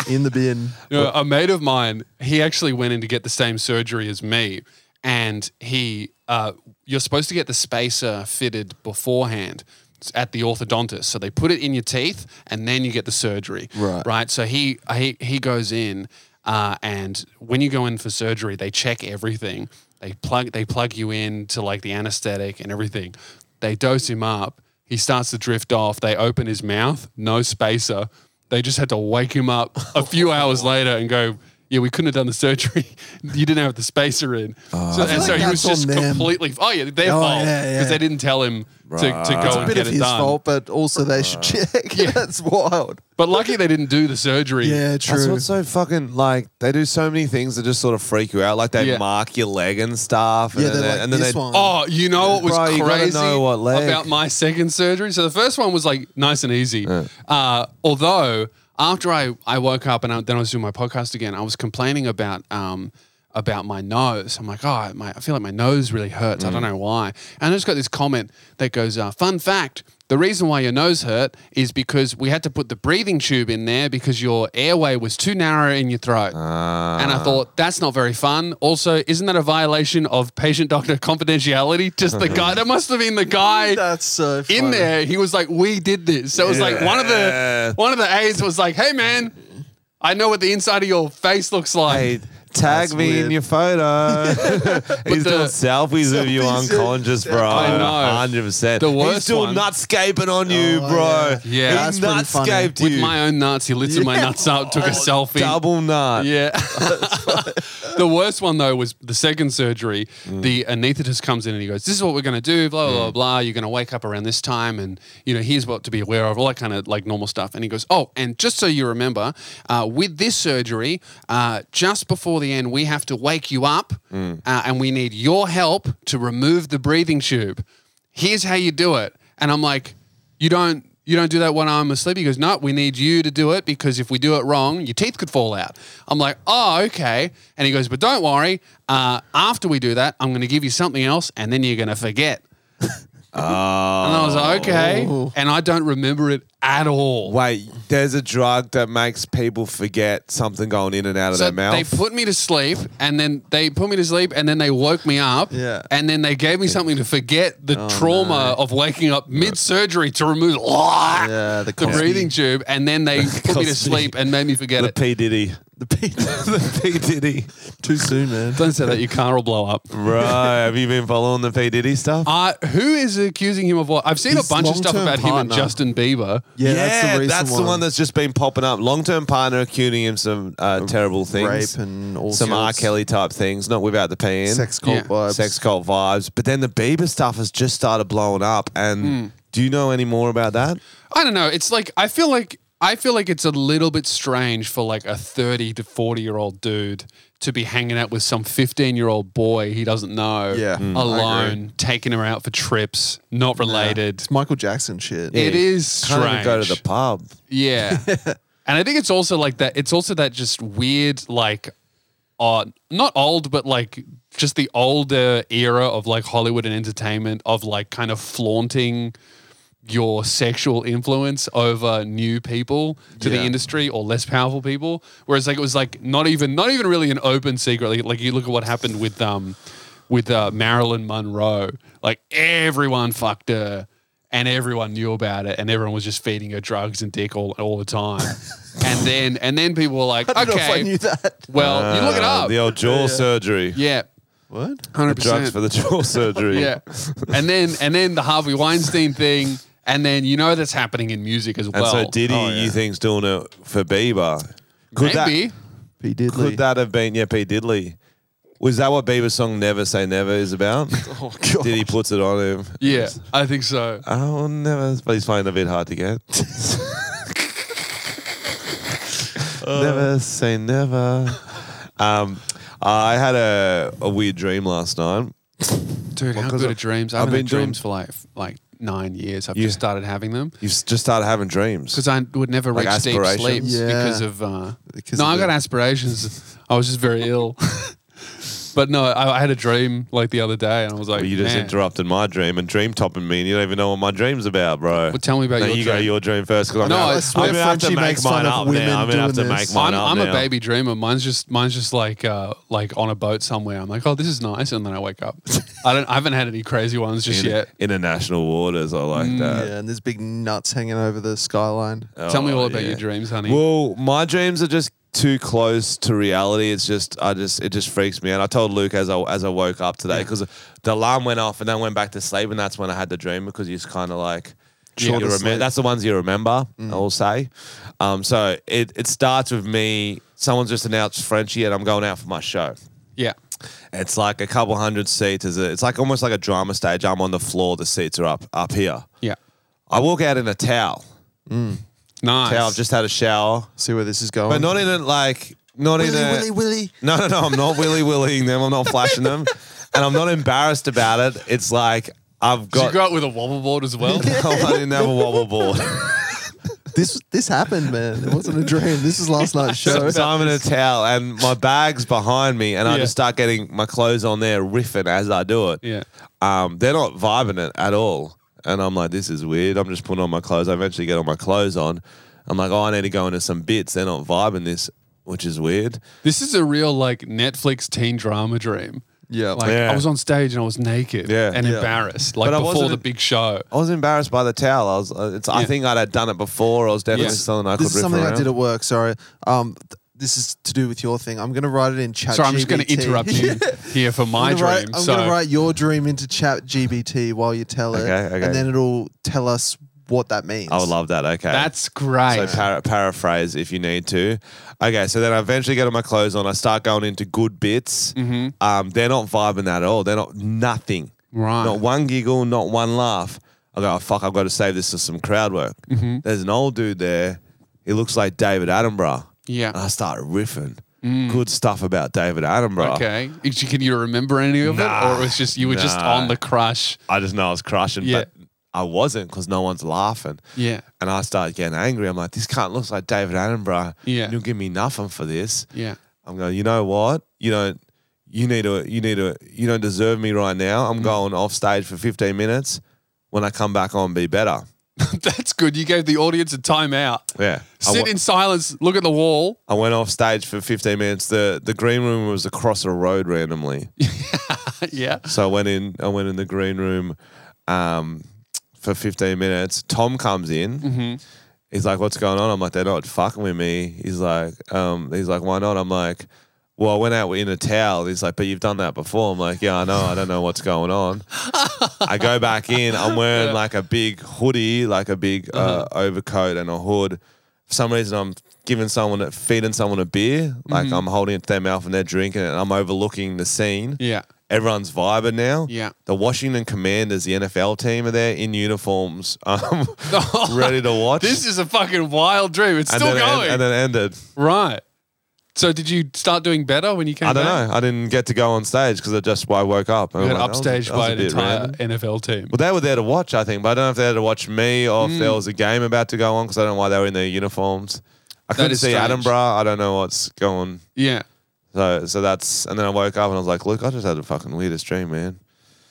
in the bin. You know, a mate of mine, he actually went in to get the same surgery as me, and he, uh, you're supposed to get the spacer fitted beforehand at the orthodontist. So they put it in your teeth, and then you get the surgery. Right. Right. So he he he goes in, uh, and when you go in for surgery, they check everything. They plug they plug you in to like the anesthetic and everything. They dose him up. He starts to drift off. They open his mouth, no spacer. They just had to wake him up a few hours later and go, "Yeah, we couldn't have done the surgery. You didn't have the spacer in." so, and Ah. like so he was that's on just them. completely. Oh yeah, their Oh, fault because yeah, yeah. they didn't tell him to, to Right. go It's a and Bit get of it his done. fault, but also they should check. That's wild. But lucky they didn't do the surgery. Yeah, true. That's what's so fucking like. They do so many things that just sort of freak you out. Like they Yeah. mark your leg and stuff. And yeah, then, they're they- like and then this they, one. Oh, you know what was Bro, you gotta crazy know what leg. about my second surgery? So the first one was like nice and easy. Uh, although after I, I woke up and I, then I was doing my podcast again, I was complaining about um about my nose. I'm like, oh, my, I feel like my nose really hurts. I don't Mm. know why. And I just got this comment that goes, uh, fun fact. The reason why your nose hurt is because we had to put the breathing tube in there because your airway was too narrow in your Ah. throat. And I Uh. thought, that's not very fun. Also, isn't that a violation of patient doctor confidentiality? Just the guy, that must have been the guy That's so funny. in there. He was like, we did this. So it was like one of the Yeah. one of the aides was like, hey man, I know what the inside of your face looks like. Hey, tag That's me weird. in your photo. He's the- doing selfies of you Selfies, yeah. unconscious, bro. I know. Hundred percent. The worst He's one- doing nutscaping on you, bro. Oh, yeah. Yeah. That's he pretty nutscaped With you. my own nuts, he lifted my nuts up, took a selfie. Oh, Double nut. Yeah. the worst one though was the second surgery. The anaesthetist comes in and he goes, "This is what we're going to do. Blah blah blah blah. You're going to wake up around this time, and you know here's what to be aware of. All that kind of like normal stuff." And he goes, "Oh, and just so you remember, uh, with this surgery, uh, just before the end, we have to wake you up, uh, and we need your help to remove the breathing tube. Here's how you do it." And I'm like you don't you don't do that when I'm asleep. He goes, no, we need you to do it because if we do it wrong, your teeth could fall out. I'm like, oh, okay. And he goes, but don't worry. Uh, after we do that, I'm going to give you something else, and then you're going to forget. And I was like, okay. And I don't remember it at all. Wait, there's a drug that makes people forget something going in and out of So their mouth. they put me to sleep, and then they put me to sleep, and then they woke me up, Yeah. Oh, and then they gave me something to forget the trauma of waking up mid surgery to remove yeah, the the cost- breathing tube, and then they put me to cost- sleep and made me forget the it. P Diddy. The pizza. the P Diddy. Too soon, man. Don't say that; your car will blow up. Bro, have you been following the P Diddy stuff? Uh, who is accusing him of what? I've seen His a bunch of stuff long-term about him and partner. Justin Bieber. Yeah, that's the Yeah, recent that's the one that's just been popping up. Long term partner accusing him some uh, terrible things, rape and all some R sorts. Kelly type things, not without the P in sex cult Yeah. vibes. sex cult vibes. But then the Bieber stuff has just started blowing up. And Hmm. do you know any more about that? I don't know. It's like I feel like I feel like it's a little bit strange for like a thirty to forty year old dude to be hanging out with some fifteen year old boy he doesn't know, Yeah, Mm. I alone, taking her out for trips, not related. It's Michael Jackson shit. It is Can't strange. even go to the pub. Yeah. and I think it's also like that. It's also that just weird, like, uh, not old, but like just the older era of like Hollywood and entertainment of like kind of flaunting your sexual influence over new people to the Yeah. industry or less powerful people. Whereas like it was like not even not even really an open secret. Like, like you look at what happened with um with uh, Marilyn Monroe. Like everyone fucked her and everyone knew about it and everyone was just feeding her drugs and dick all, all the time. and then and then people were like, I don't know if I okay, knew that. well, you look it Uh, up. The old jaw surgery. yeah. What? 100%. Drugs for the jaw surgery. Yeah, and then and then the Harvey Weinstein thing, and then you know that's happening in music as And well. so Diddy, you think's doing it for Bieber? Could Maybe that P Diddley. could that have been yeah, P Diddley? Was that what Bieber's song Never Say Never is about? oh god. Diddy puts it on him. yeah, I think so. Oh never but he's playing a bit hard to get. never say never. Um I had a, a weird dream last night. Dude, Well, how 'cause good I- are dreams? I I've haven't been had dreams doing- for like f- like nine years. I've You- just started having them You've s- just started having dreams. because I would never Like reach deep aspirations? sleep Yeah. because of. Uh, Because no, of I got the- aspirations. I was just very ill. but no, I, I had a dream like the other day, and I was like, Well, you just "Man." interrupted my dream and dream topping me, and you don't even know what my dream's about, bro. Well, tell me about No, your you go dream. your dream first, because I'm No, gonna, I I'm swear gonna have to Frenchie make makes mine fun of up women now. I'm gonna have to doing make this. mine I'm, up I'm now. a baby dreamer. Mine's just mine's just like uh, like on a boat somewhere. I'm like, oh, this is nice, and then I wake up. I don't. I haven't had any crazy ones just In- yet. Mm, International waters, I like that. Yeah, and there's big nuts hanging over the skyline. Tell me Oh, all about yeah. your dreams, honey. Well, my dreams are just too close to reality. It's just I just it just freaks me out. I told Luke as I as I woke up today because the alarm went off and then I went back to sleep and that's when I had the dream because you just kind of like. Short you of remem- sleep. Mm. that's the ones you remember, I'll say. Um, so it, it starts with me. Someone's just announced Frenchie, and I'm going out for my show. yeah. It's like a couple hundred seats. It's a- it's like almost like a drama stage. I'm on the floor. The seats are up up here. Yeah. I walk out in a towel. Nice. Towel. I've just had a shower. See where this is going. But not in a like not Willy, in a Willy, Willy. No, no, no. I'm not willy willying them. I'm not flashing them, and I'm not embarrassed about it. It's like I've Did you got. go out with a wobble board as well? No, I didn't have a wobble board. This this happened, man. It wasn't a dream. This is last night's show. So I'm in a towel, and my bag's behind me, and I Yeah. just start getting my clothes on there, riffing as I do it. yeah. um, they're not vibing it at all. And I'm like, this is weird. I'm just putting on my clothes. I eventually get all my clothes on. I'm like, oh, I need to go into some bits. They're not vibing this, which is weird. This is a real like Netflix teen drama dream. Yeah. Like Yeah. I was on stage and I was naked Yeah. and Yeah. embarrassed, like But I before wasn't- the big show. I was embarrassed by the towel. I was, uh, it's, I Yeah. think I'd had done it before. I was definitely Yes. something I could this is riff something around. I did at work. Sorry. Um, th- this is to do with your thing. I'm gonna write it in chat. Sorry, I'm just going to interrupt you here for my I'm dream. gonna write, I'm so gonna write your dream into chat GBT while you tell it, Okay, okay. and then it'll tell us what that means. I would love that. Okay. that's great. So para- paraphrase if you need to. Okay, so then I eventually get all my clothes on. I start going into good bits. Mm-hmm. Um, they're not vibing that at all. They're not nothing. Right. Not one giggle, not one laugh. I go, oh, fuck, I've got to save this for some crowd work. Mm-hmm. There's an old dude there. He looks like David Attenborough. yeah. Mm. And I start riffing. Good stuff about David Attenborough. okay. Is- Can you remember any of Nah. it, or it was just you were just Nah. on the crush? I just know I was crushing, Yeah. but I wasn't because no one's laughing. Yeah. And I started getting angry. I'm like, this can't look like David Attenborough. Yeah. You'll give me nothing for this. Yeah. I'm going, you know what? You don't you need to you need to you don't deserve me right now. Mm. I'm going off stage for 15 minutes. When I come back on, be better. that's good. You gave the audience a timeout. Yeah. I, Sit wa- in silence. Look at the wall. I went off stage for 15 minutes. The the green room was across a road randomly. yeah. So I went in. I went in the green room um, for 15 minutes. Tom comes in. He's like, "What's going on?" I'm like, "They're not fucking with me." He's like, um, "He's like, why not?" I'm like, "Well, I went out in a towel." He's like, "But you've done that before." I'm like, "Yeah, I know. I don't know what's going on." I go back in. I'm wearing like a big hoodie, like a big uh, overcoat and a hood. For some reason, I'm giving someone, feeding someone a beer. Like I'm holding it to their mouth and they're drinking it. And I'm overlooking the scene. Yeah. Everyone's vibing now. Yeah. The Washington Commanders, the NFL team, are there in uniforms, um, ready to watch. This is a fucking wild dream. It's and still then, going. And, then ended. right. So did you start doing better when you came I don't back? know. I didn't get to go on stage because I just I woke up. And You I'm got like, that was a- upstaged that was by a an bit entire random. NFL team. Well, they were there to watch, I think, but I don't know if they had to watch me or Mm. if there was a game about to go on because I don't know why they were in their uniforms. I couldn't is see strange. Attenborough. I don't know what's going. Yeah. So, so that's and then I woke up and I was like, look, I just had the fucking weirdest dream, man.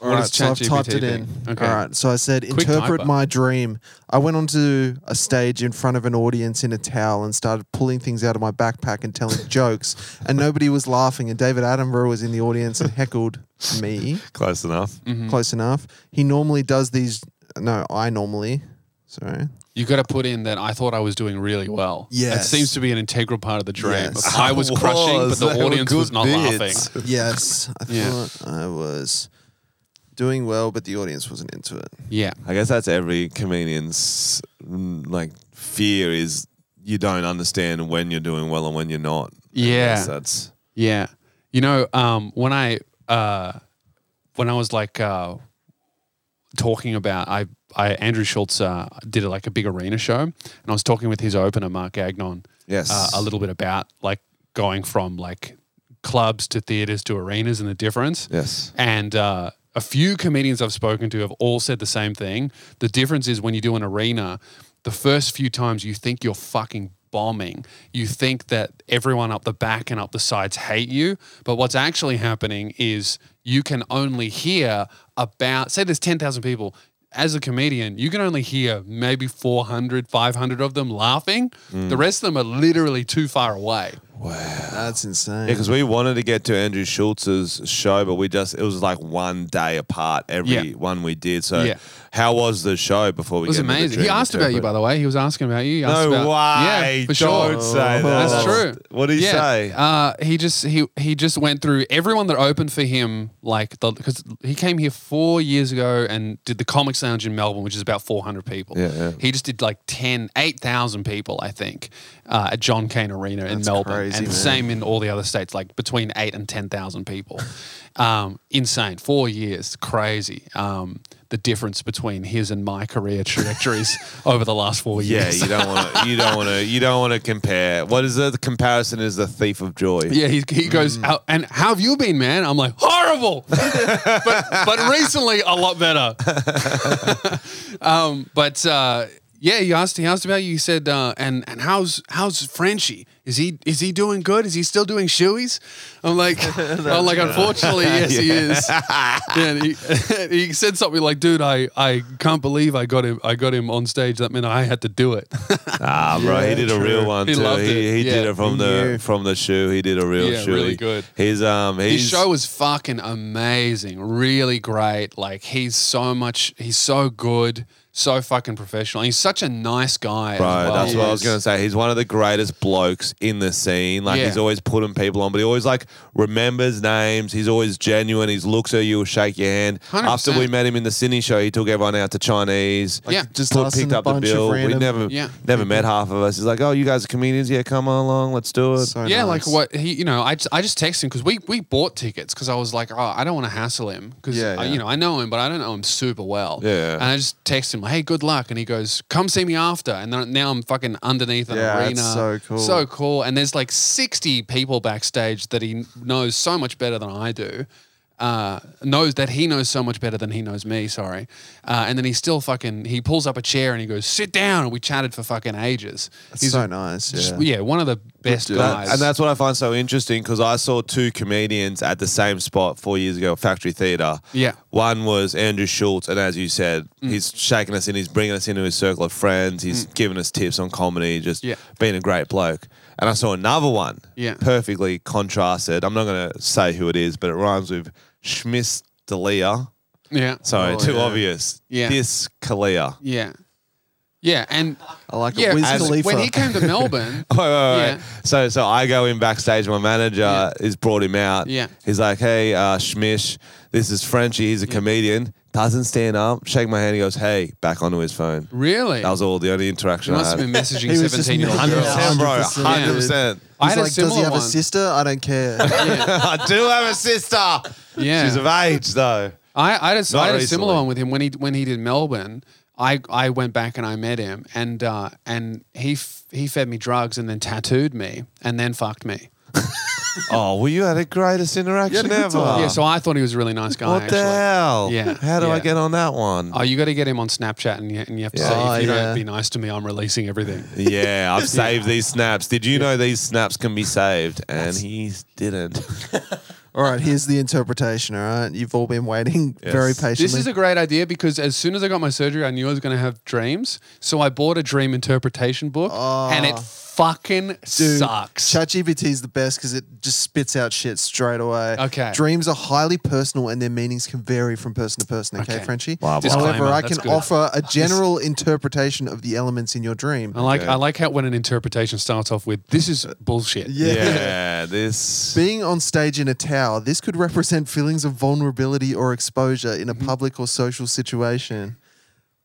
All What right, does so I've ChatGPT typed it in. think? Okay. All right, so I said, Quick interpret typer. my dream. I went onto a stage in front of an audience in a towel and started pulling things out of my backpack and telling jokes, and nobody was laughing. And David Attenborough was in the audience and heckled me. Close enough. Mm. Close enough. He normally does these. No, I normally. Sorry. You got to put in that I thought I was doing really well. It Yes. seems to be an integral part of the dream. Yes. I was crushing, but Was. They the were audience was good not bits. laughing. Yes, I Yeah. thought I was doing well, but the audience wasn't into it. Yeah. I guess that's every comedian's mm, like fear is you don't understand when you're doing well and when you're not. I Yeah. guess that's Yeah. You know, um, when I uh, when I was like uh, talking about I I Andrew Schultz uh, did like a big arena show and I was talking with his opener Mark Agnon Yes. uh, a little bit about like going from like clubs to theaters to arenas and the difference. yes. And uh, a few comedians I've spoken to have all said the same thing. The difference is when you do an arena, the first few times you think you're fucking bombing. You think that everyone up the back and up the sides hate you. But what's actually happening is you can only hear about, say, there's 10,000 people. As a comedian, you can only hear maybe 400, 500 of them laughing. The rest of them are literally too far away. That's insane. Yeah, because we wanted to get to Andrew Schultz's show, but we just it was like one day apart every Yeah. one we did. So Yeah. how was the show before It we? was get into the amazing. Dream He asked about you, by the way. He was asking about you. He asked No about, way. Yeah, for Don't sure. say that. That's true. What did he Yeah. say? Uh, he just he he just went through everyone that opened for him, like because he came here four years ago and did the Comics Lounge in Melbourne, which is about four hundred people. Yeah, yeah. He just did like 10, 8,000 people, I think, uh, at John Cain Arena in That's Melbourne, crazy, and the man. same in all the other states, like between eight and ten thousand people. Um, insane. Four years, crazy. Um, the difference between his and my career trajectories over the last four Yeah, years. you don't want to. You don't want to. You don't want to compare. What is it? The comparison is the thief of joy. Yeah, he, he goes out and how have you been, man? I'm like horrible, but but recently a lot better. um, but uh, yeah, he asked he asked about you. He said, uh, and and how's how's Frenchie? Is he is he doing good? Is he still doing shoeies? I'm like, I'm like, unfortunately, yes, he is. Yeah, and he, he said something like, dude, I, I can't believe I got him I got him on stage. That meant I had to do it. Ah, bro, he Yeah, did a true. real one He too. loved he it. he did Yeah. it from He the knew. from the shoe. He did a real Yeah, shoe. really good. He's um. He's, His show was fucking amazing, really great. Like he's so much, he's so good, so fucking professional. He's such a nice guy. as Bro, well. that's what I was Yes. gonna say. He's one of the greatest blokes in the scene. Like Yeah. he's always putting people on, but he always like remembers names. He's always genuine. He looks at you, will shake your hand. 100%. After we met him in the Sydney show, he took everyone out to Chinese. Yeah. Just put- us picked and a up the bunch of bill. We random- never, Yeah. never met half of us. He's like, "Oh, you guys are comedians? Yeah, come on along, let's do it." So yeah, nice. like what he, you know, I, j- I just texted him because we, we bought tickets because I was like, oh, I don't want to hassle him because, Yeah, yeah. you know, I know him, but I don't know him super well. Yeah. And I just texted him, hey, good luck. And he goes, come see me after. And then, now I'm fucking underneath an Yeah, arena. that's so cool. So cool. And there's like 60 people backstage that he knows so much better than I do. Uh, knows that he knows so much better than he knows me. Sorry, uh, and then he still fucking he pulls up a chair and he goes sit down and we chatted for fucking ages. That's He's so nice. Yeah. just- yeah, one of the best dude. That- guys. and that's what I find so interesting because I saw two comedians at the same spot four years ago, Factory Theatre. Yeah. One was Andrew Schultz, and as you said, Mm. he's shaking us in, he's bringing us into his circle of friends, he's giving us tips on comedy, just Yeah. being a great bloke. And I saw another one, Yeah. perfectly contrasted. I'm not going to say who it is, but it rhymes with Schmiss D'Elia. yeah. Sorry, Oh, too yeah. obvious. Yeah. This Kalia. Yeah. Yeah. And I like yeah, it. Wiz as- Khalifa. Oh, when he came to Melbourne, Wait, wait, wait. Yeah. So, so I go in backstage. My manager Yeah. has brought him out. Yeah. He's like, "Hey, uh, Schmish, this is Frenchie. He's a comedian. Doesn't stand up. Shake my hand. He goes, "Hey," back onto his phone. really? That was all the only he interaction I must had. have been messaging He was just 17 year old making girls. it Damn, bro, 100%. hundred percent. I He's had a like, does he similar have a one. sister? I don't care. I do have a sister. Yeah. She's of age though. I, I, just, Not I had a recently. similar one with him when he when he did Melbourne. I, I went back and I met him and uh, and he f- he fed me drugs and then tattooed me and then fucked me. Oh, well, you had the greatest interaction good ever. time. Yeah, so I thought he was a really nice guy. what actually. the hell? Yeah, How do I yeah. get on that one? Oh, you got to get him on Snapchat and you, and you have to Yeah. say Oh, if you yeah. don't be nice to me, I'm releasing everything. Yeah, I've saved these snaps. Did you know these snaps can be saved? And he didn't. All right, here's the interpretation. All right, you've all been waiting very Yes. patiently. This is a great idea because as soon as I got my surgery, I knew I was going to have dreams. So I bought a dream interpretation book, and it fucking Ah. Dude, sucks. ChatGPT is the best because it just spits out shit straight away. Okay. Dreams are highly personal and their meanings can vary from person to person. Okay, Okay. Frenchie. Blah, blah. However, Disclaimer, I that's can good. offer a general interpretation of the elements in your dream. I like Okay. I like how when an interpretation starts off with "This Uh, is bullshit." Yeah. Yeah, this. Being on stage in a tower, this could represent feelings of vulnerability or exposure in a Mm-hmm. public or social situation.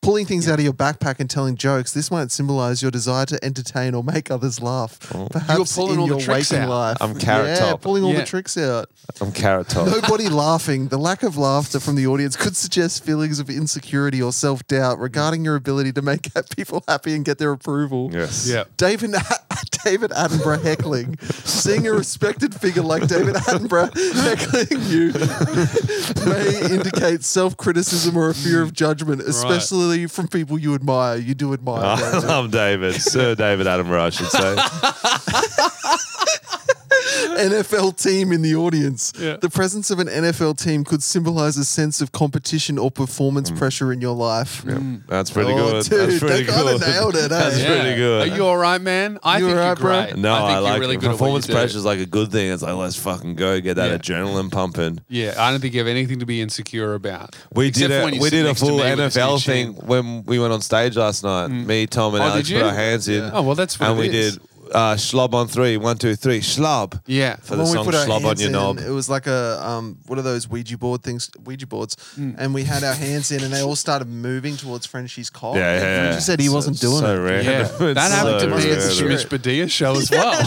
Pulling things out of your backpack and telling jokes, this might symbolize your desire to entertain or make others laugh. Perhaps pulling in all the your tricks waking out. life. Oh. I'm Carrot yeah, Top. pulling all Yeah. the tricks out. I'm carrot top. Nobody laughing. The lack of laughter from the audience could suggest feelings of insecurity or self doubt regarding your ability to make people happy and get their approval. Yes. yeah. David David Attenborough heckling. Seeing a respected figure like David Attenborough heckling you may indicate self criticism or a fear of judgment, especially from people you admire. You do admire. I David. love David, Sir David Attenborough, I should say. NFL team in the audience. Yeah. The presence of an NFL team could symbolize a sense of competition or performance pressure in your life. That's pretty Oh, good. dude, That's pretty they kinda good. nailed it, eh? That's Yeah. pretty good. Are you all right, man? I You think all you're right, bro? great. No, I, I think you're like really it. good at what performance you do. pressure is like a good thing. It's like let's fucking go get that Yeah. adrenaline pumping. Yeah, I don't think you have anything to be insecure about. We Except for did when a you we sit did a next to me full with NFL snitchy thing when we went on stage last night. Me, Tom, and Oh, Alex did you? put our hands in. Yeah. Oh, well, that's what and it we is. did uh, schlob on three. One, two, three, schlob. Yeah. for the song our "Slob on hands Your in, Knob." It was like a um, one of those Ouija board things, Ouija boards, Mm. and we had our hands in, and they all started moving towards Frenchie's cock. Yeah, yeah, And yeah. Frenchie said he So- wasn't doing so it. Random. Yeah, It's that happened to so me at the random. Shmish Shmish Badia show as well.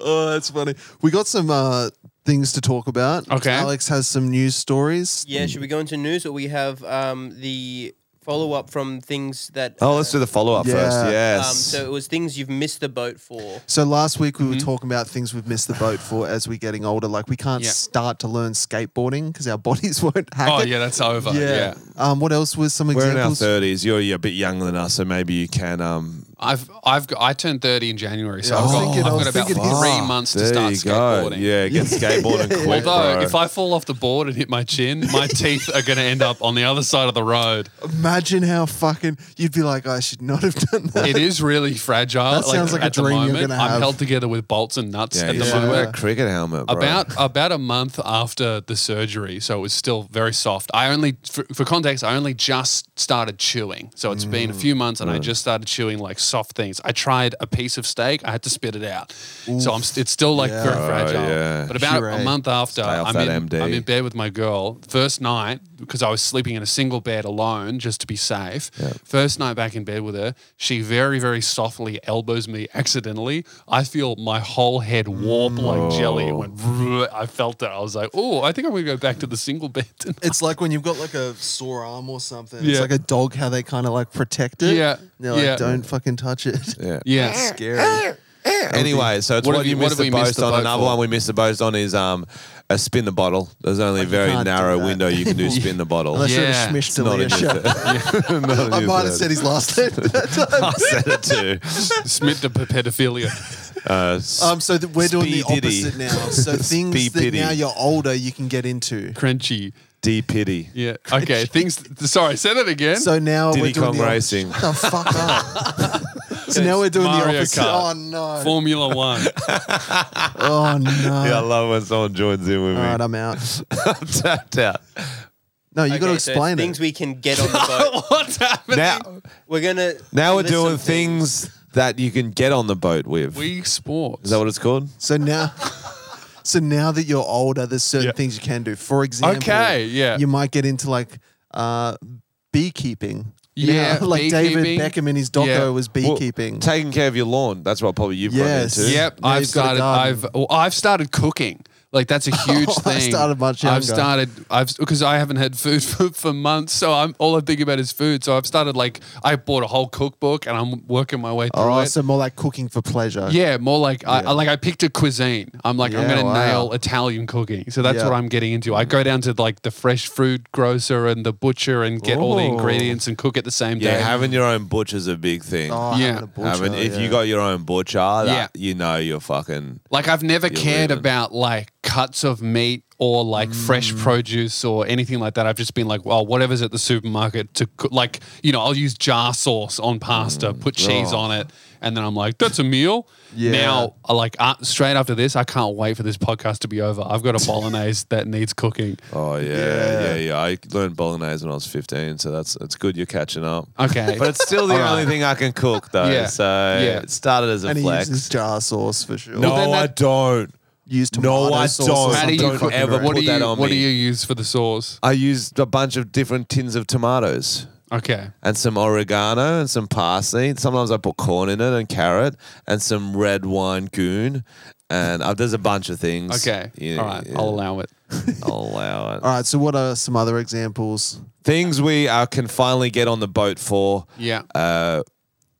oh, that's funny. We got some uh, things to talk about. Okay. Alex has some news stories. Yeah, should we go into news or we have um, the follow up from things that. Oh, let's do the follow up Yeah. first. Um, Yes. Um, so it was things you've missed the boat for. So last week we were Mm-hmm. talking about things we've missed the boat for as we're getting older. Like we can't Yeah. start to learn skateboarding because our bodies won't hack oh it. yeah, that's over. Yeah. Um, what else was some We're in our examples? thirties. You're, you're a bit younger than us, so maybe you can. Um, I've I've got, I turned thirty in January, so Yeah, I I've was got, thinking- I I've was got about thinking his- three fuck, months to there start you go. skateboarding. Yeah, get skateboarding Yeah, yeah, quick, Although bro. if I fall off the board and hit my chin, my teeth are going to end up on the other side of the road. Imagine how fucking you'd be like, I should not have done that. It is really fragile. That sounds like a at the dream you're moment, gonna have. I'm held together with bolts and nuts yeah, at you the should moment. wear a cricket helmet, bro. About about a month after the surgery, so it was still very soft. I only, for, for context, I only just started chewing, so it's been a few months, and I just started chewing like soft things. I tried a piece of steak, I had to spit it out, so I'm st- it's still like Yeah. very Oh, fragile. yeah. But about Puree. a month after, Stay off Uh, I'm that in, MD. I'm in bed with my girl. First night because I was sleeping in a single bed alone just to be safe. First night back in bed with her, she very very softly elbows me accidentally. I feel my whole head warp like jelly. It went. vroom. I felt that. I was like, oh, I think I'm gonna go back to the single bed. tonight." It's like when you've got like a sore arm or something. It's Yeah. like a dog how they kind of like protect it. Yeah. They're like, Yeah. don't fucking touch it. yeah. yes. Scary. Anyway, so it's What what, have you, you- what missed have the we missed boast the on. boat Another for? one we missed the boast on is um, a spin the bottle. There's only a very can't do narrow that. window you can do spin the bottle. Unless you're Yeah. a It's Schmish not Delia in your show. third- Not in I your might have third. said his last name that time. I said it too. Smith to pedophilia. Uh, s- Um, so th- we're doing the Speed Diddy. opposite now. So things Speed that Diddy. now you're older, you can get into. Crunchy. D pity. Yeah. Okay. Things. Sorry. Say that again. So now Diddy we're doing Kong the op- racing. Shut the fuck up. so now we're doing the Mario opposite. Kart. Oh no. Formula One. oh no. Yeah, I love when someone joins in with All me. right, I'm out. I'm tapped out. No, you got to Okay, so it's explain Things it. we can get on the boat. What's happening? Now, We're gonna. now we're list doing some things that you can get on the boat with. we Is sports. that what it's called? So now, so now that you're older, there's certain Yeah. things you can do. For example, Okay, yeah. you might get into like uh, beekeeping. You Yeah, know, like David beekeeping. Beckham in his doco Yeah. was Well, beekeeping. taking care of your lawn. That's what probably you've Yes. run into. Yep, Now I've you've got a started. I've garden. well, I've started cooking. Like that's a huge I thing. started much I've younger. started. I've because I haven't had food for, for months, so I'm all I think about is food. So I've started like I bought a whole cookbook and I'm working my way through oh, it. so more like cooking for pleasure. yeah, more like I, I like I picked a cuisine. I'm like I'm Yeah, gonna wow. nail Italian cooking. So that's Yeah. what I'm getting into. I go down to like the fresh food grocer and the butcher and get all the Ooh. ingredients and cook it the same Yeah, day. having your own butcher's a big thing. Oh, Yeah. having a butcher, Having- if yeah. you got your own butcher, that, you know you're fucking. Like I've never You're cared leaving. about like cuts of meat or like Mm. fresh produce or anything like that. I've just been like, well, whatever's at the supermarket to cook. like, you know, I'll use jar sauce on pasta, put cheese Oh. on it, and then I'm like, that's a meal. Yeah. Now, I like uh, straight after this, I can't wait for this podcast to be over. I've got a bolognese that needs cooking. Oh yeah, Yeah. yeah, yeah, I learned bolognese when I was 15, so that's it's good you're catching up. Okay, But it's still the All only right. thing I can cook though. Yeah. So Yeah. it started as a and he flex. uses jar sauce for sure. no, Well, then I that- don't. use No, tomato I sauce don't. Or how do something you Don't cook fucking ever What put do you that on What do me. you use for the sauce? I used a bunch of different tins of tomatoes. Okay. and some oregano and some parsley. Sometimes I put corn in it and carrot and some red wine goon. And uh, there's a bunch of things. Okay. Yeah, All right. yeah. I'll allow it. I'll allow it. All right. So, what are some other examples? Things we uh, can finally get on the boat for Yeah. uh,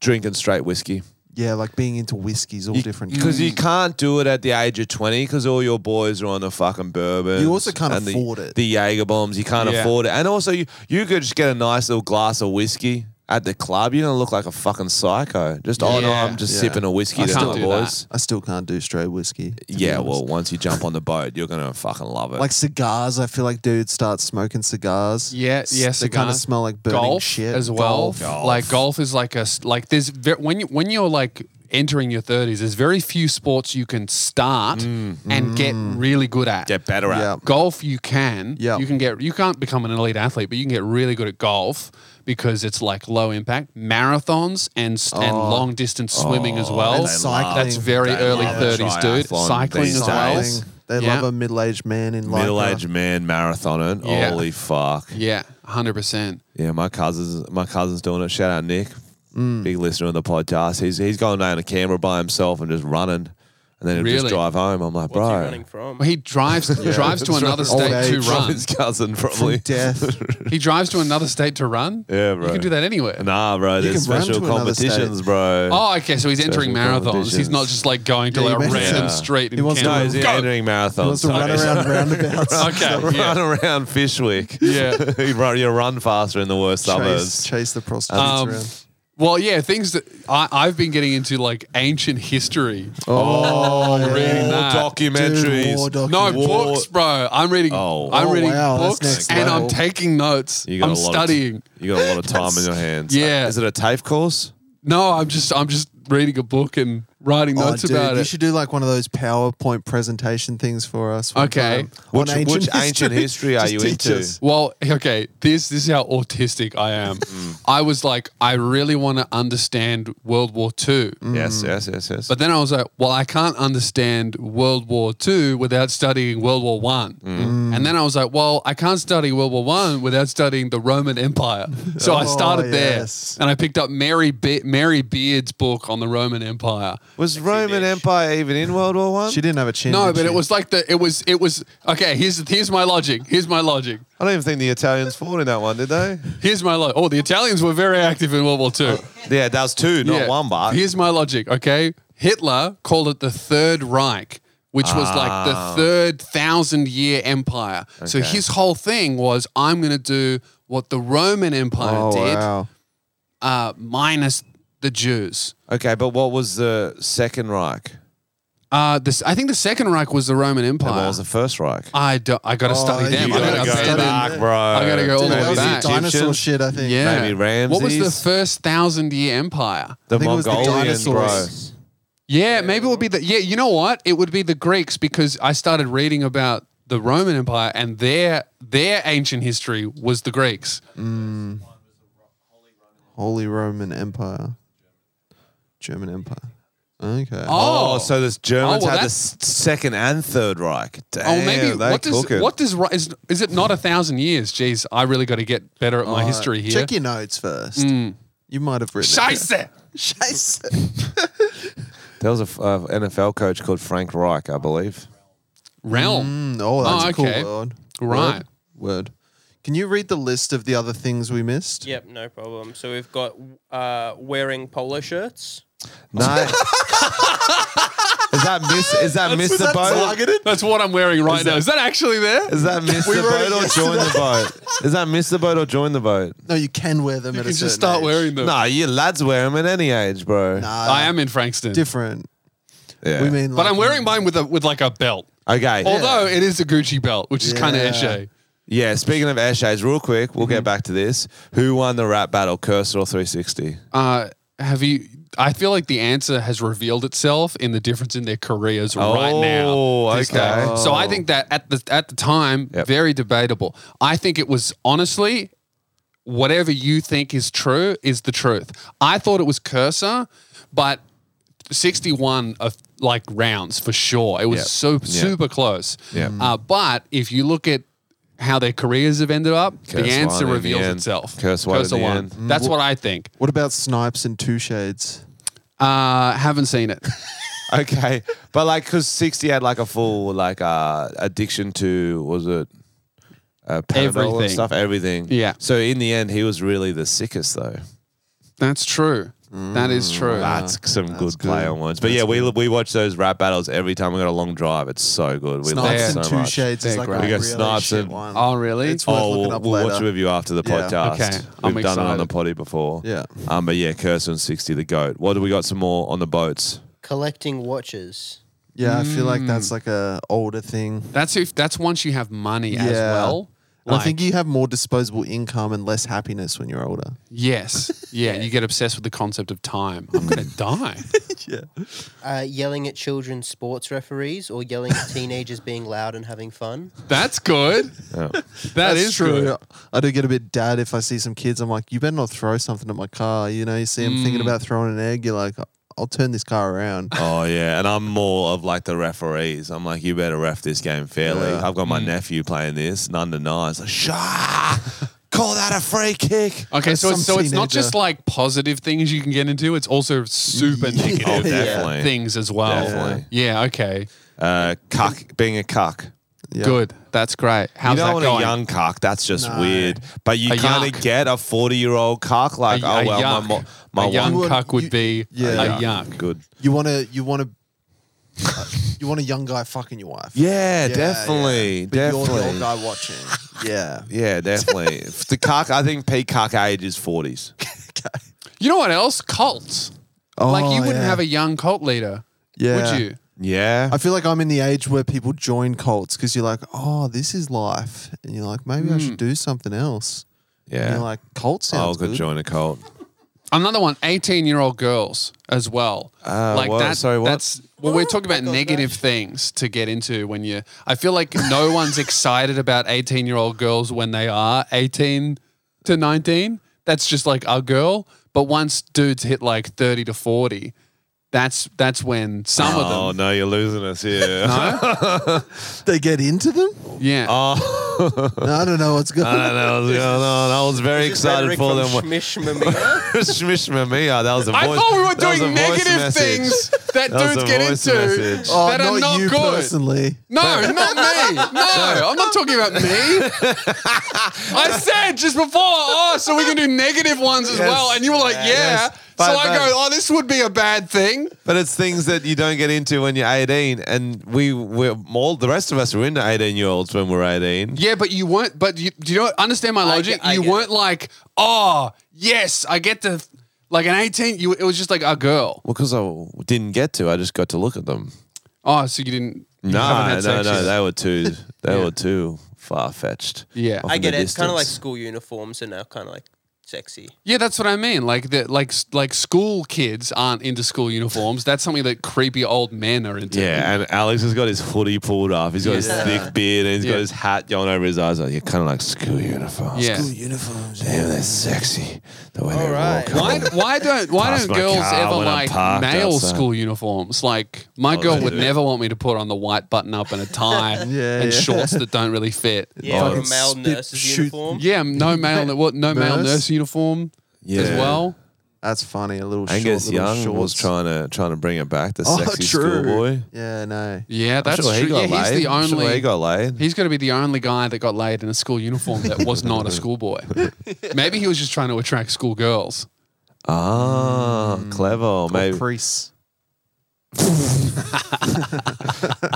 drinking straight whiskey. Yeah, like being into whiskeys, all different. Because you can't do it at the age of 20 because all your boys are on the fucking bourbon. You also can't and the- afford it. The Jaeger bombs, you can't Yeah. afford it. And also, you, you could just get a nice little glass of whiskey at the club. You're going to look like a fucking psycho. Just, oh no, Yeah. I'm just Yeah. sipping a whiskey I to can't my do boys. I still can't do straight whiskey. to be Yeah, honest. well, once you jump on the boat, you're going to fucking love it. like cigars. I feel like dudes start smoking cigars. Yeah, S- yeah, They kind of cigars. smell like burning golf shit as well. Golf. Like golf is like a s- like there's ve- when you when you're like entering your 30s, there's very few sports you can start Mm, and get really good at. get better at Yeah. it. Golf you can. Yeah. You can get you can't become an elite athlete, but you can get really good at golf because it's like low impact. Marathons and s and long distance swimming as well. Oh. And cycling. That's very They early love 30s, dude. triathlon Cycling these as well. days. Cycling. uh, They Yeah. love a middle-aged man in like Middle aged man marathoning. Yeah. Holy fuck. Yeah, 100%. Yeah, my cousins, my cousin's doing it. Shout out Nick, Mm. big listener of the podcast. He's he's going down to Canberra by himself and just running, and then he'll Really? just drive home. I'm like, What's he bro, running from? Well, he drives drives to From- another from state to old age. from run. his cousin from probably. death. He drives to another state to run. Yeah, bro. You can do that anywhere. Nah, bro, You there's can run special to another state. competitions, bro. Oh, okay. So he's entering Special marathons. He's not just like going to Yeah, like he a makes random sense. street. He in wants to no, Canberra. he's entering marathons. He wants to run Okay. around roundabouts. Okay. Run Yeah. around Fishwick. Yeah. you, run, you run faster in the worst chase, suburbs. chase the prostitutes Um, around. Well, yeah. Things that I, I've been getting into like ancient history. Oh, yeah. reading War that. documentaries. Dude, war doc- No War- books, bro. I'm reading. Oh. I'm Oh, reading wow, that's books next and I'm level. taking notes. You got I'm a lot of- studying. you got a lot of time in your hands. Yeah. Is it a TAFE course? no, I'm just I'm just reading a book and writing Oh, notes dude, about you it. should do like one of those PowerPoint presentation things for us. one Okay. time. Which- On which ancient history are Just you teach into? us. Well, okay, this this is how autistic I am. Mm. I was like, I really want to understand World War II. Yes, yes, yes, yes. But then I was like, well, I can't understand World War II without studying World War One. Mm. And then I was like, well, I can't study World War One without studying the Roman Empire. So I Oh, started yes. there, and I picked up Mary Be- Mary Beard's book on the Roman Empire. was Roman Empire even in World War One? She didn't have a chin. No, did but she? it was like the it was it was okay. Here's here's my logic. Here's my logic. I don't even think the Italians fought in that one, did they? Here's my logic. Oh, the Italians were very active in World War II. Yeah, that was two, not Yeah. one, but here's my logic. Okay, Hitler called it the Third Reich, which was like the third thousand year empire. So Okay. his whole thing was, I'm going to do what the Roman Empire Oh did, wow. uh, minus the Jews. okay. But what was the Second Reich? Uh, this, I think the Second Reich was the Roman And what Empire. was the First Reich? I don't. I got to Oh, study you them. I gotta gotta go abandon- back, bro. I gotta go all Dude, the that way was back. some dinosaur Egyptians? shit. I think. Yeah. Maybe What was the Ramses? first thousand year empire? The I think it was the Mongolians, bro. dinosaurs. Yeah, maybe it would be the yeah. You know what? It would be the Greeks because I started reading about the Roman Empire and their their ancient history was the Greeks. Holy Roman Empire. German Empire. Okay. Oh, Oh. so this Germans Oh, well, had the that's- s- Second and Third Reich. Damn, oh, maybe they what does cook it. what does Ro- is is it not a thousand years? Jeez, I really got to get better at my history here. Check your notes first. Hmm. You might have written. Scheiße. Scheiße. There was a f- uh, NFL coach called Frank Reich, I believe. Realm. oh, that's Oh, okay. a cool word. Right. Word. Word. Can you read the list of the other things we missed? Yep, no problem. So we've got uh, wearing polo shirts. No. is that miss? Is that miss the boat? That's what I'm wearing right now. Is that actually there? Is that miss the wrote it boat or join the boat? Is that miss the boat or join the boat? No, you can wear them You at can a certain just start age. wearing them. Nah, you lads wear them at any age, bro. Nah, I am in Frankston, different. Yeah. We mean, but like- I'm wearing mine with a with like a belt. Okay. Although it is a Gucci belt, which is kind of Yeah. esche. yeah, speaking of Ashes, real quick, we'll Mhm. get back to this. Who won the rap battle, Cursor or 360? Uh, have you? I feel like the answer has revealed itself in the difference in their careers right now. Oh, This okay. guy. So I think that at the at the time, Yep. very debatable. I think it was honestly, whatever you think is true is the truth. I thought it was Cursor, but sixty-one of like rounds for sure. It was Yep. so super close. Yep. Uh, but if you look at how their careers have ended up, Curse the answer one in the reveals end. itself. Curse one in the one. end. That's what I think. What about Snipes and Two Shades? Uh, haven't seen it. Okay, but like, cause sixty had like a full like uh addiction to was it uh, Panadol Everything. and stuff, everything. Yeah. So in the end, he was really the sickest though. That's true. that is true. Mm. That's some good, Uh, good. play on words. But yeah, we we watch those rap battles every time we got a long drive. It's so good. We love Snipes it Snipes so and Two much. Shades is They're like great. a We got really Snipes shit and- one. oh, really? It's- worth Oh, looking we'll, up we'll watch later. a review after the Yeah. podcast. Okay, We've I'm done it on the excited. potty before. Yeah. Um, but yeah, Kirsten sixty, the goat. What do we got? Some more on the boats. Collecting watches. Yeah, I feel hmm. like that's like a older thing. that's if that's once you have money Yeah. as well. And Like, I think you have more disposable income and less happiness when you're older. yes, yeah, you get obsessed with the concept of time. I'm gonna die. Uh, yelling at children sports referees or yelling at teenagers being loud and having fun. That's good. Yeah. That's true. I do get a bit dad if I see some kids. I'm like, you better not throw something at my car. You know, you see them Mm. thinking about throwing an egg. You're like, I'll turn this car around. Oh yeah, and I'm more of like the referees. I'm like, you better ref this game fairly. Yeah. I've got Mm. my nephew playing this, none to nine. It's like, Shah, call that a free kick. Okay, so it's, Some so it's not teenager. just like positive things you can get into; it's also super negative Oh, definitely. things as well. Definitely. Yeah. Okay. Uh, cuck, being a cuck. Yeah. Good. That's great. How's you don't that want going? a young cuck. That's just No. weird. But you A kind yuck. of get a forty-year-old cuck. Like, A- oh a well, yuck. my mo- my a young one- cuck would you- be yeah. a yuck. Good. You want to, you want to, you want a young guy fucking your wife. Yeah, Yeah, definitely, yeah. But definitely. You're the old guy watching. Yeah. yeah, definitely. If the cuck. I think peak cuck age is forties. You know what else? Cults. like you wouldn't Oh, yeah. have a young cult leader, Yeah. would you? Oh, Yeah. I feel like I'm in the age where people join cults because you're like, oh, this is life, and you're like, maybe I Mm. should do something else. And yeah. you're like, cult I'll Oh, sounds go good. join a cult. Another one, 18 year old girls as well. Uh, what? Sorry, what? That's well, we're talking about negative things to get into when you. I feel like no one's excited about 18 year old girls when they are 18 to 19. That's just like a girl. But once dudes hit like 30 to 40, that's that's when some Oh of them. no, you're losing us here. They get into them. Yeah. Oh, I don't know what's going. I don't on. know what's going on. I was very excited for them. Schmish Mamiya. Shmish Mamiya, that was a voice. I thought we were that was doing a voice negative message. things that, That was dudes a get voice into message. Oh, that are not you good. personally. No, not me. No, I'm not talking about me. I said just before, oh, so we can do negative ones as Yes. well. And you were like, yeah. Yes. But- so I but- go, oh, this would be a bad thing. But it's things that you don't get into when you're 18, and we we're all the rest of us were into 18 year olds when we were 18. Yeah, but you weren't, but you, do you know, understand my logic? get- I you get weren't like, oh, yes, I get to, like an 18, you, it was just like a girl. Well, because I didn't get to, I just got to look at them. Oh, so you didn't. you haven't No, had no, sex no, yet. they were too, they Yeah. were too far fetched. Yeah. Off I in get the it. It's kind of like distance. school uniforms are now kind of like sexy. Yeah, that's what I mean. Like the like s- like school kids aren't into school uniforms. That's something that creepy old men are into. Yeah, and Alex has got his hoodie pulled off. He's got his thick beard and he's Yeah. got his hat going over his eyes. Like, you're kind of like school uniforms. Yeah. School uniforms. Damn, they're sexy. The way they right. walk. Why, why don't why Pass don't my girls car ever when I'm like parked male outside. school uniforms? Like my girl they would do. never want me to put on the white button up and a tie Yeah, and yeah. shorts that don't really fit. Yeah, or a Fucking male spit nurse's shoot. uniform. Yeah, no male what no male Nurse? nurse uniform as Yeah. well. That's funny. A little Angus short, little Young shorts. was trying to trying to bring it back. The Oh, sexy true. schoolboy. Yeah, no. Yeah, I'm that's sure he true. got Yeah, he's laid. the I'm sure only he got laid. He's going to be the only guy that got laid in a school uniform that was not a schoolboy. Maybe he was just trying to attract schoolgirls. ah, Mm. clever. Maybe. Crease.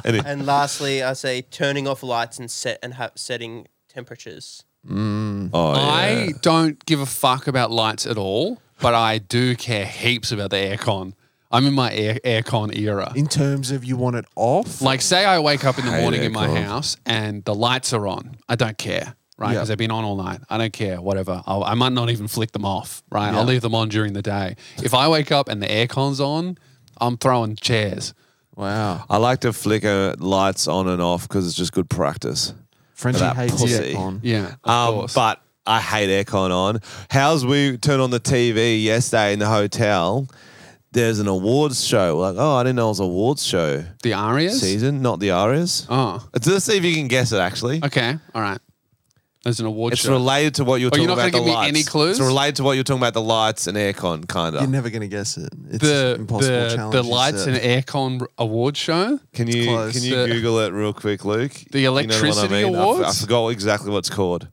Anyway, And lastly, I say turning off lights and set and ha- setting temperatures. oh, yeah. I don't give a fuck about lights at all, but I do care heaps about the aircon. I'm in my air aircon era. In terms of you want it off. Like, say I wake up in the Hate morning in my aircon. house and the lights are on. I don't care, right? Yeah. Because they've been on all night. I don't care, whatever. I'll, I might not even flick them off, right? Yeah. I'll leave them on during the day. If I wake up and the aircon's on, I'm throwing chairs. wow. I like to flicker lights on and off because it's just good practice. Frenchie that hates pussy. it on. Yeah, of Um, course. but I hate aircon on. How's we turn on the TV yesterday in the hotel? There's an awards show. We're like, oh, I didn't know it was awards show the Arias? season, not the Arias. Uh, Oh, Let's let's see if you can guess it. Actually, okay. All right. as an award It's show. related to what you were Oh, talking you're not about. gonna the give me lights. any clues? It's related to what you were talking about. The lights and aircon, kind You're of. never going to guess it. It's the impossible the, challenge. uh, the is lights it? and aircon award show. Can you close. can you The- Google it real quick, Luke? The You know what electricity I mean? I f- I, awards? forgot exactly what it's called.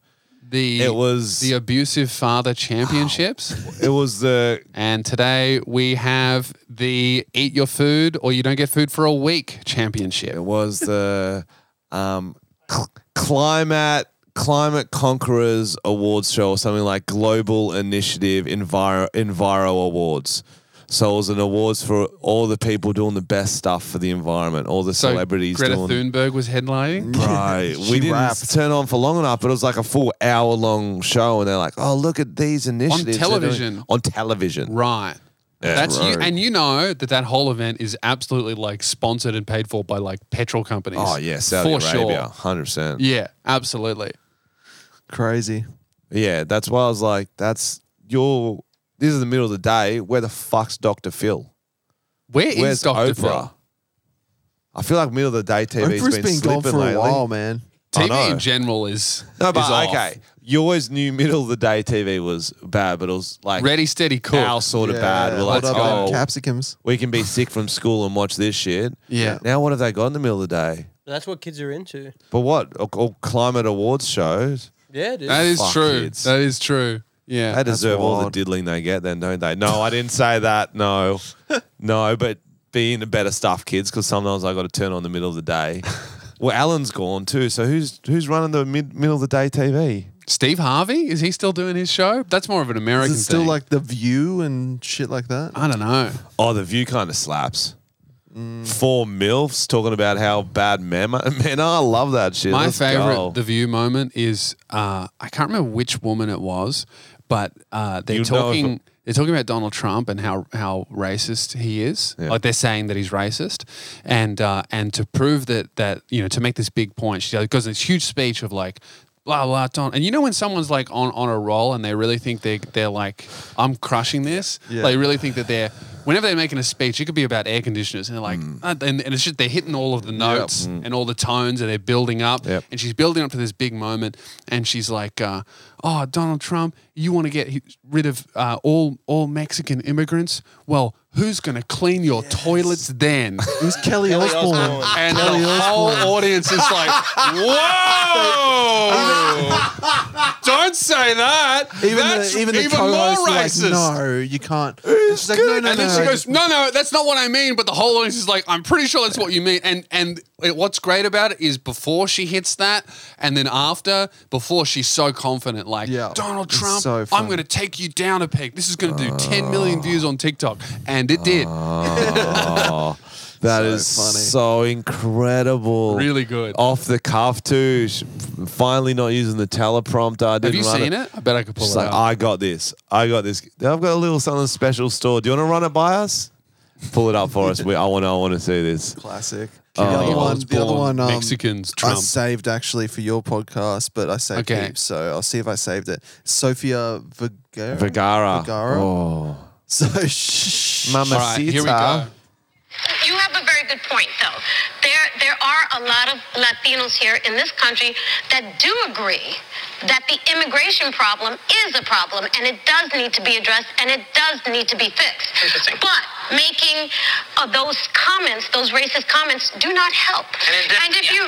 The It was the abusive father championships. it was the And today we have the Eat Your Food or You Don't Get Food for a Week championship. it was the um cl- climate climate conquerors awards show or something like global initiative enviro enviro awards. So it was an awards for all the people doing the best stuff for the environment, all the So celebrities Greta doing Thunberg was headlining. Right. She we didn't rapped. turn on for long enough, but it was like a full hour long show, and they're like, "Oh, look at these initiatives they're doing." television. On television, Right. That's you, right. and you know that that whole event is absolutely like sponsored and paid for by like petrol companies. Oh yeah, Saudi for Arabia, sure. hundred percent. Yeah, absolutely. crazy. Yeah, that's why I was like, "That's your." This is the middle of the day. Where the fuck's Doctor Phil? Where is Where's Doctor Oprah? Phil? I feel like middle of the day TV's Oprah's been, been slipping gone for a lately. while, man. I TV know. in general is No, but is off. okay. You always knew middle of the day TV was bad, but it was like Ready, steady, cook. our sort of Yeah, bad. We're like, hold up on oh, capsicums. we can be sick from school and watch this shit. Yeah. Now what have they got in the middle of the day? That's what kids are into. But what? All, all climate awards shows. Yeah, dude. That is Fuck true. kids. That is true. Yeah. They deserve all the wild. diddling they get, then, don't they? No, I didn't say that. No, no, but be into better stuff, kids, because sometimes I got to turn on the middle of the day. Well, Alan's gone too, so who's who's running the mid, middle of the day TV? Steve Harvey is he still doing his show? That's more of an Is American. it still thing. like the view and shit like that? I don't know. Oh, the view kind of slaps. Mm. Four milfs talking about how bad men are. Men are. I love that shit. My Let's favorite go. The View moment is uh, I can't remember which woman it was, but uh, they're You know talking if they're talking about Donald Trump and how how racist he is. Yeah. Like they're saying that he's racist, and uh, and to prove that that you know to make this big point, she goes in this huge speech of like. Blah blah Don, and you know when someone's like on, on a roll and they really think they they're like I'm crushing this. Yeah. They really think that they're whenever they're making a speech, it could be about air conditioners and they're like "Ah," and, and it's just they're hitting all of the notes and all the tones and they're building up Yep. and she's building up to this big moment and she's like uh, oh donald trump you want to get he- rid of uh, all all mexican immigrants well who's going to clean your toilets then It was Kelly, Osbourne. Osbourne. and the whole audience is like whoa don't say that Even that's the even, the more co-hosts were like, racist no, you can't. She's like, no, no, and then no. she goes, "No, no, that's not what I mean." But the whole audience is like, "I'm pretty sure that's what you mean." And and it, what's great about it is before she hits that, and then after, before she's so confident, like Yeah. Donald It's Trump, so I'm funny. going to take you down a peg. This is going to do 10 million views on TikTok, and it did. Oh. That So is funny. so incredible. Really good. Off the cuff too. Sh- Finally, not using the teleprompter. I Have didn't you run seen it? I bet I could pull She's it like, up. I got this. I got this. I've got a little something special store. Do you want to run it by us? Pull it up for us. We, I want. to. I want to see this. classic. Oh. the other one, the other Osbourne, one, um, Mexicans, I Trump. saved actually for your podcast, but I saved Okay. heaps, so I'll see if I saved it. Sophia Vergara. Vergara. Vergara. Oh, So shh. Mama All right, here we go. You have a very good point, though. There, there are a lot of Latinos here in this country that do agree that the immigration problem is a problem and it does need to be addressed and it does need to be fixed. Interesting. But making uh, those comments, those racist comments, do not help. And it def- And if you,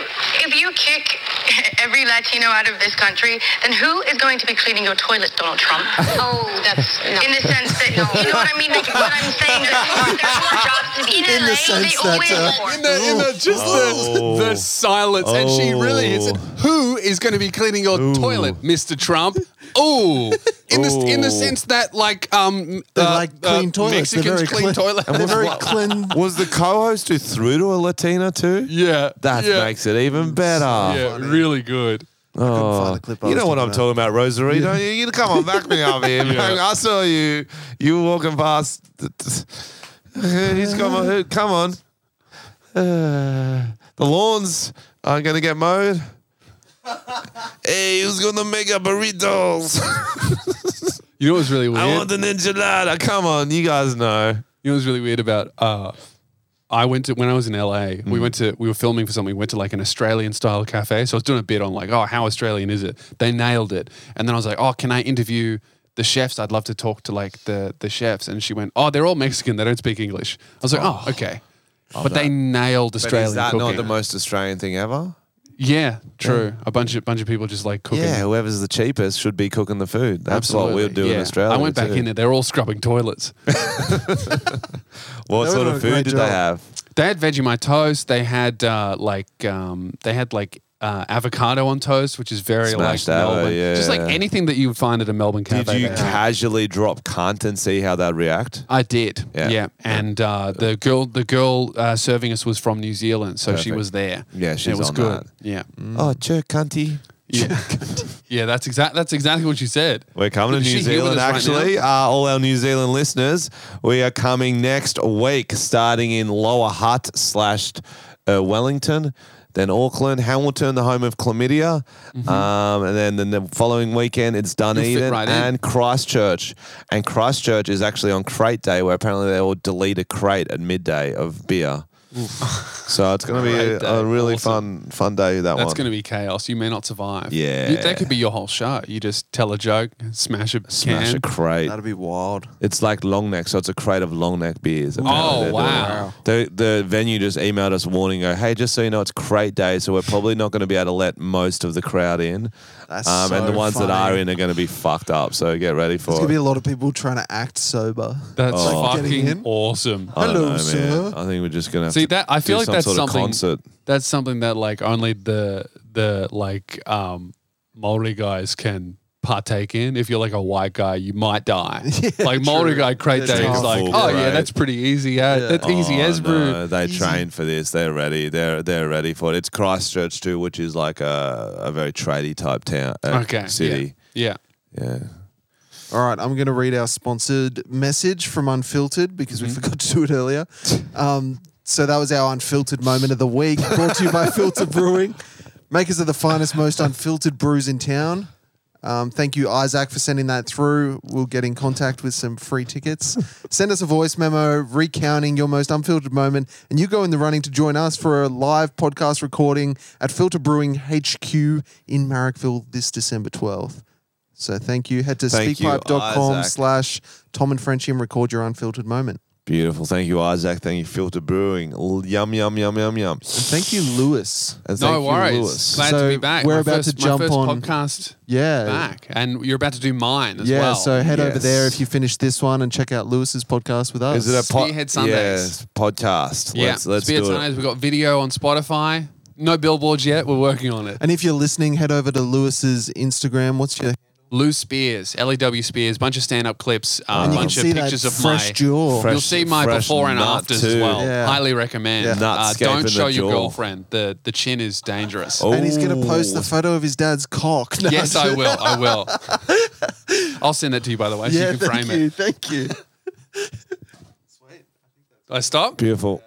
if you kick every Latino out of this country, then who is going to be cleaning your toilet, Donald Trump? oh, that's in the sense that you know what I mean. Like, what I'm saying is there's more jobs to be In the LA, sense they that, always uh, look for. In the, in the, just Oh. the, the silence, and she really hits Oh. it. Who is going to be cleaning your toilet, Mister Trump? Oh, in the in the sense that like um They're like clean toilets. They're Mexicans very clean, toilet. They're very clean. Was the co-host who threw to a Latina too? yeah, That yeah, makes it even better. yeah, really good. Couldn't find Oh, the clip I you was know what I'm about. talking about, Rosary, don't you? You come on, back me up here. man. I saw you. You were walking past. He's got my Come on. Uh, the lawns are going to get mowed. Hey, who's going to make up burritos? You know what's really weird? I want an enchilada. Come on, you guys know. you know what's really weird about uh I went to when I was in LA. Mm. We went to we were filming for something. We went to like an Australian style cafe. So I was doing a bit on like, oh, how Australian is it? They nailed it. And then I was like, oh, can I interview the chefs? I'd love to talk to like the the chefs. And she went, oh, they're all Mexican. They don't speak English. I was like, oh, okay. But they nailed But Australian is that cooking. not the most Australian thing ever? yeah, true. A bunch of bunch of people just like cooking. Yeah, whoever's the cheapest should be cooking the food. That's what Absolutely. we'll do Yeah. in Australia. I went back too. in there. They're all scrubbing toilets. What They sort would've of done a food great did they job. have? They had Vegemite toast. They had uh, like um, they had like uh, avocado on toast, which is very Smashed like avo, Melbourne. Just like yeah. anything that you would find at a Melbourne cafe. Did you they had. casually drop cunt and see how they'd react? I did. Yeah. Yeah. And uh, the girl, the girl uh, serving us was from New Zealand, so she Perfect. was there. Yeah, And she's it was on good. that. Yeah. Oh, che cunty. Yeah. yeah. That's exact. That's exactly what she said. We're coming to Is New she here with Zealand, us right actually. now? uh, all our New Zealand listeners, we are coming next week, starting in Lower Hutt slash uh, Wellington, then Auckland, Hamilton, the home of chlamydia, um, and then, then the following weekend it's Dunedin Mm-hmm. right in. and Christchurch. And Christchurch is actually on Crate Day, where apparently they will delete a crate at midday of beer. so it's going to be Crate a, a Day, really awesome. fun fun day. That That's one. going to be chaos. You may not survive. Yeah. You- that could be your whole show. You just tell a joke, smash a Smash can. a crate. That'd be wild. It's like long neck, so it's a crate of long neck beers. Oh, apparently they're doing wow. it. The the venue just emailed us warning, go, hey, just so you know, it's crate day, so we're probably not going to be able to let most of the crowd in. Um, That's and the so ones that are funny. in are going to be fucked up. So get ready There's for gonna be it. a lot of people trying to act sober. Oh. That's Like getting fucking in. awesome. I don't Hello, know, man. sir. I think we're just going to See that I feel do like some that's sort something of concert. that's something that like only the the like um Maori guys can partake in. If you're like a white guy, you might die. like Maori guy crate It's day is tough. like, Full oh crate. yeah, that's pretty easy. Uh, That's easy Oh, as brew. no, they trained for this. They're ready. They're they're ready for it. It's Christchurch too, which is like a, a very tradie type town, uh, Okay, city. yeah. yeah. yeah. All right, I'm going to read our sponsored message from Unfiltered because we forgot to do it earlier. Um, so that was our unfiltered moment of the week, brought to you by Filter Brewing, makers of the finest, most unfiltered brews in town. Um, thank you, Isaac, for sending that through. We'll get in contact with some free tickets. Send us a voice memo recounting your most unfiltered moment, and you go in the running to join us for a live podcast recording at Filter Brewing HQ in Marrickville this December 12th. So thank you. Head to Thank you, speakpipe.com Isaac. slash Tom and Frenchie and record your unfiltered moment. Beautiful. Thank you, Isaac. Thank you, Filter Brewing. L- Yum, yum, yum, yum, yum. Thank you, Lewis. And No thank you, worries. Lewis. Glad So to be back. we're My about to first- jump my first on- podcast Yeah. back, and you're about to do mine as Yeah, well. so head over Yes. there if you finish this one and check out Lewis's podcast with us. Is it a po- Spearhead Sundays. Yes, podcast. yeah, Let's, let's Spear do Sundays, it. We've got video on Spotify. No billboards yet. We're working on it. and if you're listening, head over to Lewis's Instagram. What's your Lou Spears, L-E-W Spears, bunch of stand-up clips, uh, And you can bunch of see that pictures of fresh my jaw. You'll Fresh- see my fresh before and nut afters too. as well. Yeah. Highly recommend. Yeah. Uh, Nutscape in don't the show your jaw. girlfriend. The the chin is dangerous. Oh. And he's going to post Ooh. the photo of his dad's cock. No, Yes, I will. I will. I'll send it to you by the way, so Yeah, you can thank frame you. it. Thank you. I Uh, stop. Beautiful.